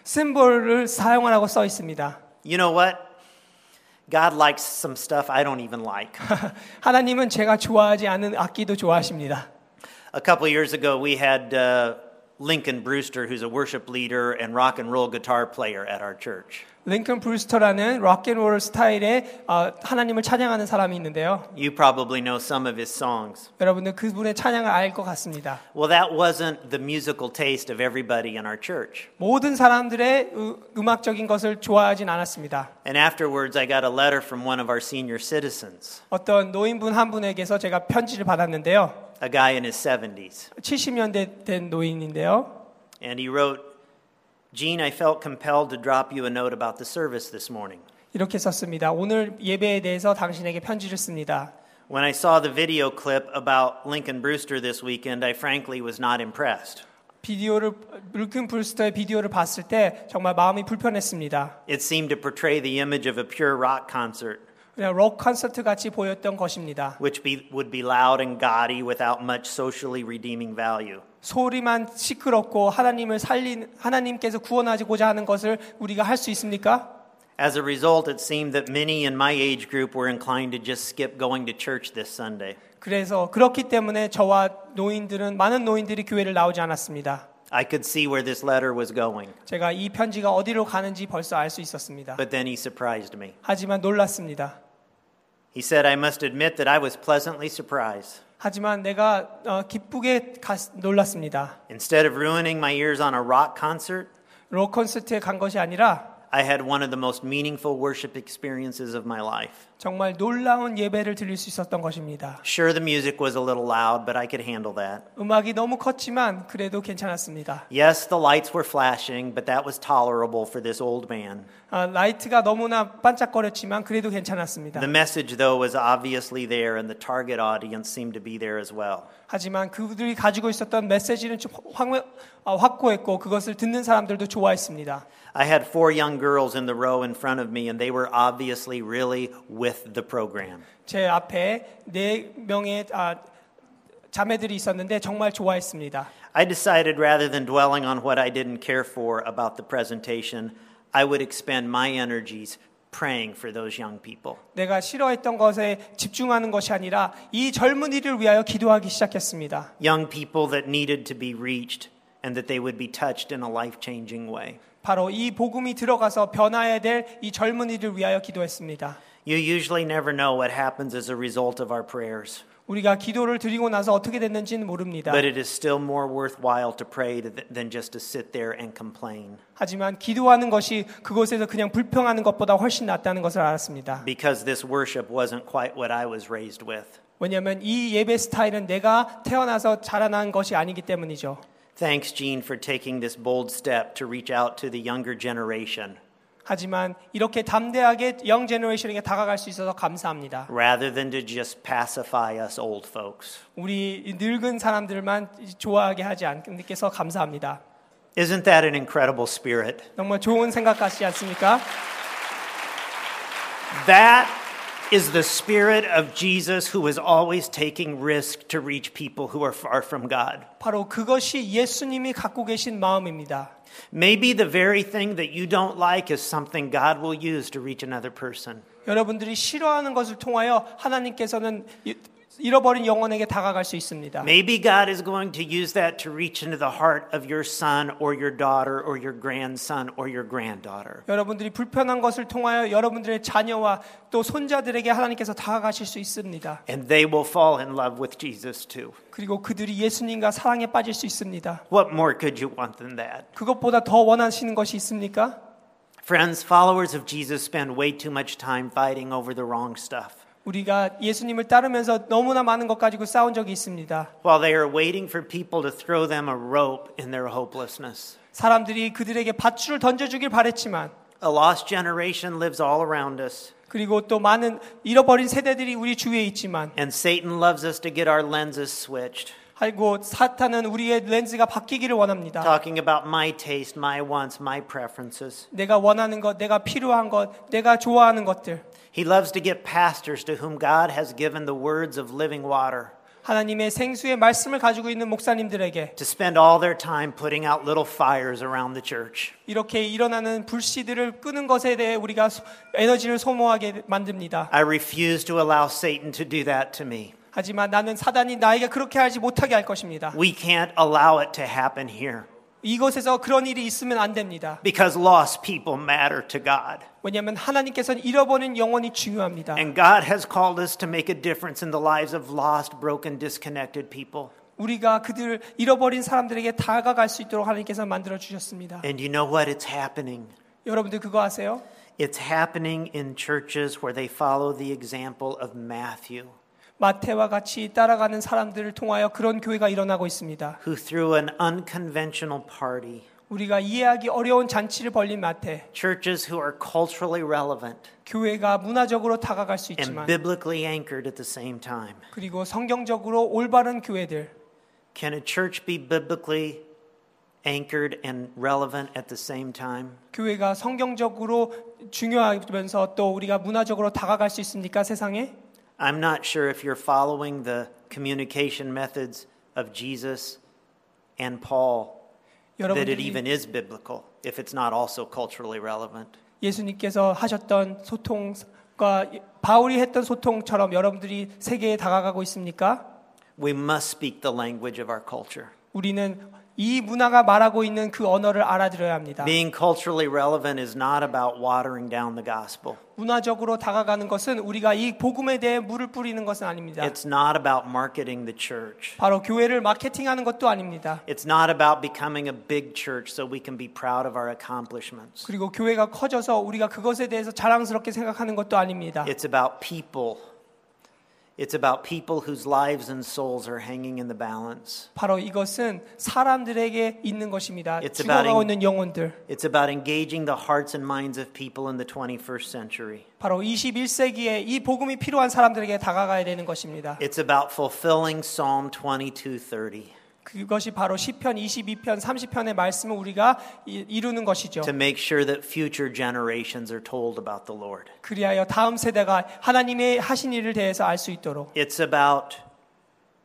Speaker 2: 심볼을 사용하라고 써 있습니다.
Speaker 1: you know what? God likes some stuff I don't even like.
Speaker 2: 하나님은 제가 좋아하지 않은 악기도 좋아하십니다.
Speaker 1: A couple years ago, we had uh, Lincoln Brewster, who's a worship leader and rock and roll guitar player at our church.
Speaker 2: 링컨 브루스터라는 락앤롤 스타일의 어, 하나님을 찬양하는 사람이 있는데요.
Speaker 1: You probably know some of his songs.
Speaker 2: 여러분들 그분의 찬양을 알 것 같습니다.
Speaker 1: Well, that wasn't the musical taste of everybody in our church.
Speaker 2: 모든 사람들의 으- 음악적인 것을 좋아하진 않았습니다.
Speaker 1: And afterwards, I got a letter from one of our senior citizens,
Speaker 2: 어떤 노인분 한 분에게서 제가 편지를 받았는데요.
Speaker 1: a guy in his 70s.
Speaker 2: 70년대 된 노인인데요.
Speaker 1: And he wrote, Gene, I felt compelled to drop you a note about the service this morning.
Speaker 2: 이렇게 썼습니다. 오늘 예배에 대해서 당신에게 편지를 씁니다.
Speaker 1: When I saw the video clip about Lincoln Brewster this weekend, I frankly was not impressed.
Speaker 2: 비디오를 링컨 브루스터의 비디오를 봤을 때 정말 마음이 불편했습니다.
Speaker 1: It seemed to portray the image of a pure rock concert,
Speaker 2: 그냥 록 콘서트 같이 보였던 것입니다.
Speaker 1: which be, would be loud and gaudy without much socially redeeming value.
Speaker 2: 소리만 시끄럽고 하나님을 살린 하나님께서 구원하고자 하는 것을 우리가 할 수 있습니까?
Speaker 1: As a result, it seemed that many in my age group were inclined to just skip going to church this Sunday.
Speaker 2: 그래서 그렇기 때문에 저와 노인들은 많은 노인들이 교회를 나오지 않았습니다.
Speaker 1: I could see where this letter was going,
Speaker 2: 제가 이 편지가 어디로 가는지 벌써 알 수 있었습니다.
Speaker 1: but then he surprised me.
Speaker 2: 하지만 놀랐습니다.
Speaker 1: He said, I must admit that I was pleasantly surprised.
Speaker 2: 하지만 내가 어, 기쁘게 갔- 놀랐습니다.
Speaker 1: Instead of ruining my ears on a rock concert,
Speaker 2: 록 콘서트에 간 것이 아니라
Speaker 1: I had one of the most meaningful worship experiences of my life.
Speaker 2: 정말 놀라운 예배를 드릴 수 있었던 것입니다.
Speaker 1: Sure, the music was a little loud, but I could handle that.
Speaker 2: 음악이 너무 컸지만 그래도 괜찮았습니다.
Speaker 1: Yes, the lights were flashing, but that was tolerable for this old man.
Speaker 2: 아, 라이트가 너무나 반짝거렸지만 그래도 괜찮았습니다.
Speaker 1: The message, though, was obviously there, and the target audience seemed to be there as well.
Speaker 2: 하지만 그들이 가지고 있었던 메시지는 좀 황- 아, 확고했고 그것을 듣는 사람들도 좋아했습니다.
Speaker 1: I had four young girls in the row in front of me, and they were obviously really with the program.
Speaker 2: 제 앞에 네 명의 아, 자매들이 있었는데 정말 좋아했습니다.
Speaker 1: I decided rather than dwelling on what I didn't care for about the presentation, I would expend my energies praying for those young people.
Speaker 2: 내가 싫어했던 것에 집중하는 것이 아니라 이 젊은이를 위하여 기도하기 시작했습니다.
Speaker 1: Young people that needed to be reached and that they would be touched in a life changing way.
Speaker 2: 바로 이 복음이 들어가서 변화해야 될 이 젊은이를 위하여 기도했습니다.
Speaker 1: You usually never know what happens as a result of our prayers,
Speaker 2: 우리가 기도를 드리고 나서 어떻게 됐는지는 모릅니다.
Speaker 1: but it is still more worthwhile to pray th- than just to sit there and complain.
Speaker 2: 하지만 기도하는 것이 그곳에서 그냥 불평하는 것보다 훨씬 낫다는 것을 알았습니다.
Speaker 1: Because this worship wasn't quite what I was raised with.
Speaker 2: 왜냐하면 이 예배 스타일은 내가 태어나서 자라난 것이 아니기 때문이죠.
Speaker 1: Thanks, Gene, for taking this bold step to reach out to the younger generation
Speaker 2: 하지만 이렇게 담대하게 영 제너레이션에게 다가갈 수 있어서 감사합니다.
Speaker 1: rather than to just pacify us old folks.
Speaker 2: 우리 늙은 사람들만 좋아하게 하지 않게서 감사합니다.
Speaker 1: Isn't that an incredible spirit?
Speaker 2: 정말 좋은 생각 같지 않습니까?
Speaker 1: That is the spirit of Jesus who is always taking risk to reach people who are far from God.
Speaker 2: 바로 그것이 예수님이 갖고 계신 마음입니다.
Speaker 1: Maybe the very thing that you don't like is something God will use to reach another person.
Speaker 2: 여러분들이 싫어하는 것을 통하여 하나님께서는 이- 잃어버린 영혼에게 다가갈 수 있습니다.
Speaker 1: Maybe God is going to use that to reach into the heart of your son or your daughter or your grandson or your granddaughter.
Speaker 2: 여러분들이 불편한 것을 통하여 여러분들의 자녀와 또 손자들에게 하나님께서 다가가실 수 있습니다.
Speaker 1: And they will fall in love with Jesus too.
Speaker 2: 그리고 그들이 예수님과 사랑에 빠질 수 있습니다.
Speaker 1: What more could you want than that?
Speaker 2: 그것보다 더 원하시는 것이 있습니까?
Speaker 1: Friends, followers of Jesus spend way too much time fighting over the wrong stuff.
Speaker 2: 우리가 예수님을 따르면서 너무나 많은 것 가지고 싸운 적이 있습니다.
Speaker 1: While they are waiting for people to throw them a rope in their hopelessness,
Speaker 2: 사람들이 그들에게 밧줄을 던져주길 바랬지만
Speaker 1: a lost generation lives all around us,
Speaker 2: 그리고 또 많은 잃어버린 세대들이 우리 주위에 있지만
Speaker 1: and Satan loves us to get our lenses switched.
Speaker 2: 하고 사탄은 우리의 렌즈가 바뀌기를 원합니다.
Speaker 1: Talking about my taste, my wants, my preferences.
Speaker 2: 내가 원하는 것, 내가 필요한 것, 내가 좋아하는 것들
Speaker 1: He loves to get pastors to whom God has given the words of living water
Speaker 2: 하나님의 생수의 말씀을 가지고 있는 목사님들에게
Speaker 1: to spend all their time putting out little fires around the church.
Speaker 2: 이렇게 일어나는 불씨들을 끄는 것에 대해 우리가 소- 에너지를 소모하게 만듭니다.
Speaker 1: I refuse to allow Satan to do that to me.
Speaker 2: 하지만 나는 사단이 나에게 그렇게 하지 못하게 할 것입니다.
Speaker 1: We can't allow it to happen here.
Speaker 2: 이곳에서 그런 일이 있으면 안 됩니다.
Speaker 1: because lost people matter to God.
Speaker 2: 왜냐하면 하나님께서는 잃어버린 영혼이 중요합니다.
Speaker 1: And God has called us to make a difference in the lives of lost, broken, disconnected people.
Speaker 2: 우리가 그들 잃어버린 사람들에게 다가갈 수 있도록 하나님께서 만들어 주셨습니다.
Speaker 1: And you know what? It's happening.
Speaker 2: 여러분들 그거 아세요?
Speaker 1: It's happening in churches where they follow the example of Matthew,
Speaker 2: 마태와 같이 따라가는 사람들을 통하여 그런 교회가 일어나고 있습니다.
Speaker 1: who threw an unconventional party.
Speaker 2: 우리가 이해하기 어려운 잔치를 벌린 마태,
Speaker 1: Churches who are culturally relevant
Speaker 2: 교회가 문화적으로 다가갈 수
Speaker 1: and
Speaker 2: 있지만
Speaker 1: biblically anchored at the same time.
Speaker 2: 그리고 성경적으로 올바른 교회들
Speaker 1: Can a church be biblically anchored and relevant at the same time?
Speaker 2: 교회가 성경적으로 중요하면서 또 우리가 문화적으로 다가갈 수 있습니까 세상에?
Speaker 1: I'm not sure if you're following the communication methods of Jesus and Paul that it
Speaker 2: 여러분들이
Speaker 1: even is biblical if it's not also culturally relevant.
Speaker 2: 예수님께서 하셨던 소통과 바울이 했던 소통처럼 여러분들이 세계에 다가가고 있습니까?
Speaker 1: We must speak the language of our culture.
Speaker 2: 우리는 이 문화가 말하고 있는 그 언어를 알아들어야 합니다.
Speaker 1: Being culturally relevant is not about watering down the gospel.
Speaker 2: 문화적으로 다가가는 것은 우리가 이 복음에 대해 물을 뿌리는 것은 아닙니다.
Speaker 1: It's not about marketing the church.
Speaker 2: 바로 교회를 마케팅하는 것도 아닙니다.
Speaker 1: It's not about becoming a big church so we can be proud of our accomplishments.
Speaker 2: 그리고 교회가 커져서 우리가 그것에 대해서 자랑스럽게 생각하는 것도 아닙니다.
Speaker 1: It's about people. It's about people whose lives and souls are hanging in the balance.
Speaker 2: 바로 이것은 사람들에게 있는 것입니다.
Speaker 1: It's
Speaker 2: 죽어가고
Speaker 1: about
Speaker 2: 있는 영혼들.
Speaker 1: It's about engaging the hearts and minds of people in the 21st century.
Speaker 2: 바로 21세기에 이 복음이 필요한 사람들에게 다가가야 되는 것입니다.
Speaker 1: It's about fulfilling Psalm 22:30
Speaker 2: 그것이 바로 시편 22편 30편의 말씀을 우리가 이- 이루는 것이죠.
Speaker 1: to make sure that future generations are told about the Lord.
Speaker 2: 그리하여 다음 세대가 하나님의 하신 일을 대해서 알 수 있도록
Speaker 1: It's about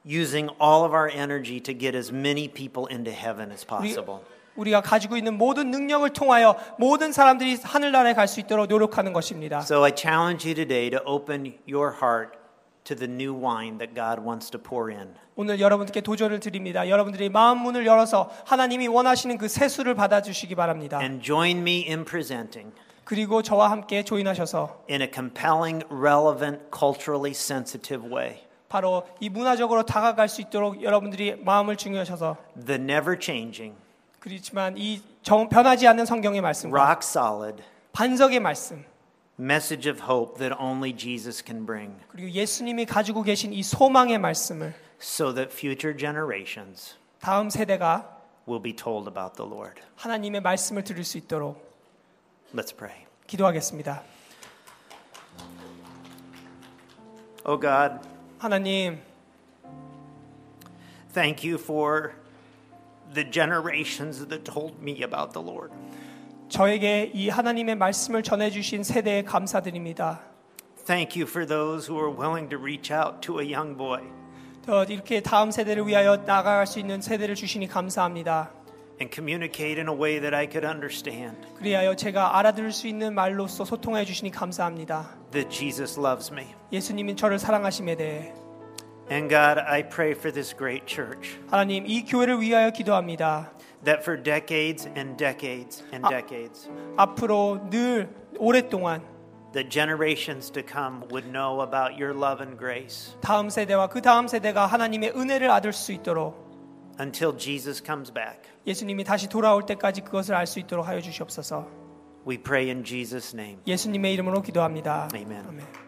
Speaker 1: using all of our energy to get as many people into heaven as possible.
Speaker 2: 우리가 가지고 있는 모든 능력을 통하여 모든 사람들이 하늘나라에 갈 수 있도록 노력하는 것입니다.
Speaker 1: So I challenge you today to open your heart to the new wine that God wants to pour in.
Speaker 2: 오늘 여러분께 도전을 드립니다. 여러분들이 마음 문을 열어서 하나님이 원하시는 그 세수를 받아주시기 바랍니다.
Speaker 1: And join me in presenting
Speaker 2: 그리고 저와 함께 조인하셔서
Speaker 1: in a compelling, relevant, culturally sensitive way
Speaker 2: 바로 이 문화적으로 다가갈 수 있도록 여러분들이 마음을 중요하셔서
Speaker 1: the never changing,
Speaker 2: 그렇지만 이 정- 변하지 않는 성경의 말씀과
Speaker 1: rock solid
Speaker 2: 반석의 말씀
Speaker 1: message of hope that only Jesus can bring
Speaker 2: 그리고 예수님이 가지고 계신 이 소망의 말씀을
Speaker 1: so that future generations
Speaker 2: 다음 세대가
Speaker 1: will be told about the Lord.
Speaker 2: 하나님의 말씀을 들을 수 있도록
Speaker 1: Let's pray.
Speaker 2: 기도하겠습니다.
Speaker 1: Oh God,
Speaker 2: 하나님
Speaker 1: thank you for the generations that told me about the Lord.
Speaker 2: 저에게 이 하나님의 말씀을 전해주신 세대에 감사드립니다.
Speaker 1: Thank you for those who are willing to reach out to a young boy
Speaker 2: 더 이렇게 다음 세대를 위하여 나아갈 수 있는 세대를 주시니 감사합니다.
Speaker 1: and communicate in a way that I could understand
Speaker 2: 그리하여 제가 알아들을 수 있는 말로써 소통해 주시니 감사합니다.
Speaker 1: that Jesus loves me.
Speaker 2: 예수님이 저를 사랑하심에 대해
Speaker 1: And God, I pray for this great church
Speaker 2: 하나님 이 교회를 위하여 기도합니다.
Speaker 1: that for decades and decades and
Speaker 2: Ah.
Speaker 1: decades,
Speaker 2: 앞으로 늘 오랫동안
Speaker 1: that generations to come would know about your love and grace
Speaker 2: 다음 세대와 그 다음 세대가 하나님의 은혜를 얻을 수 있도록
Speaker 1: until Jesus comes back.
Speaker 2: 예수님이 다시 돌아올 때까지 그것을 알 수 있도록 하여 주시옵소서.
Speaker 1: We pray in Jesus' name.
Speaker 2: 예수님의 이름으로 기도합니다.
Speaker 1: 아멘.
Speaker 2: 아멘.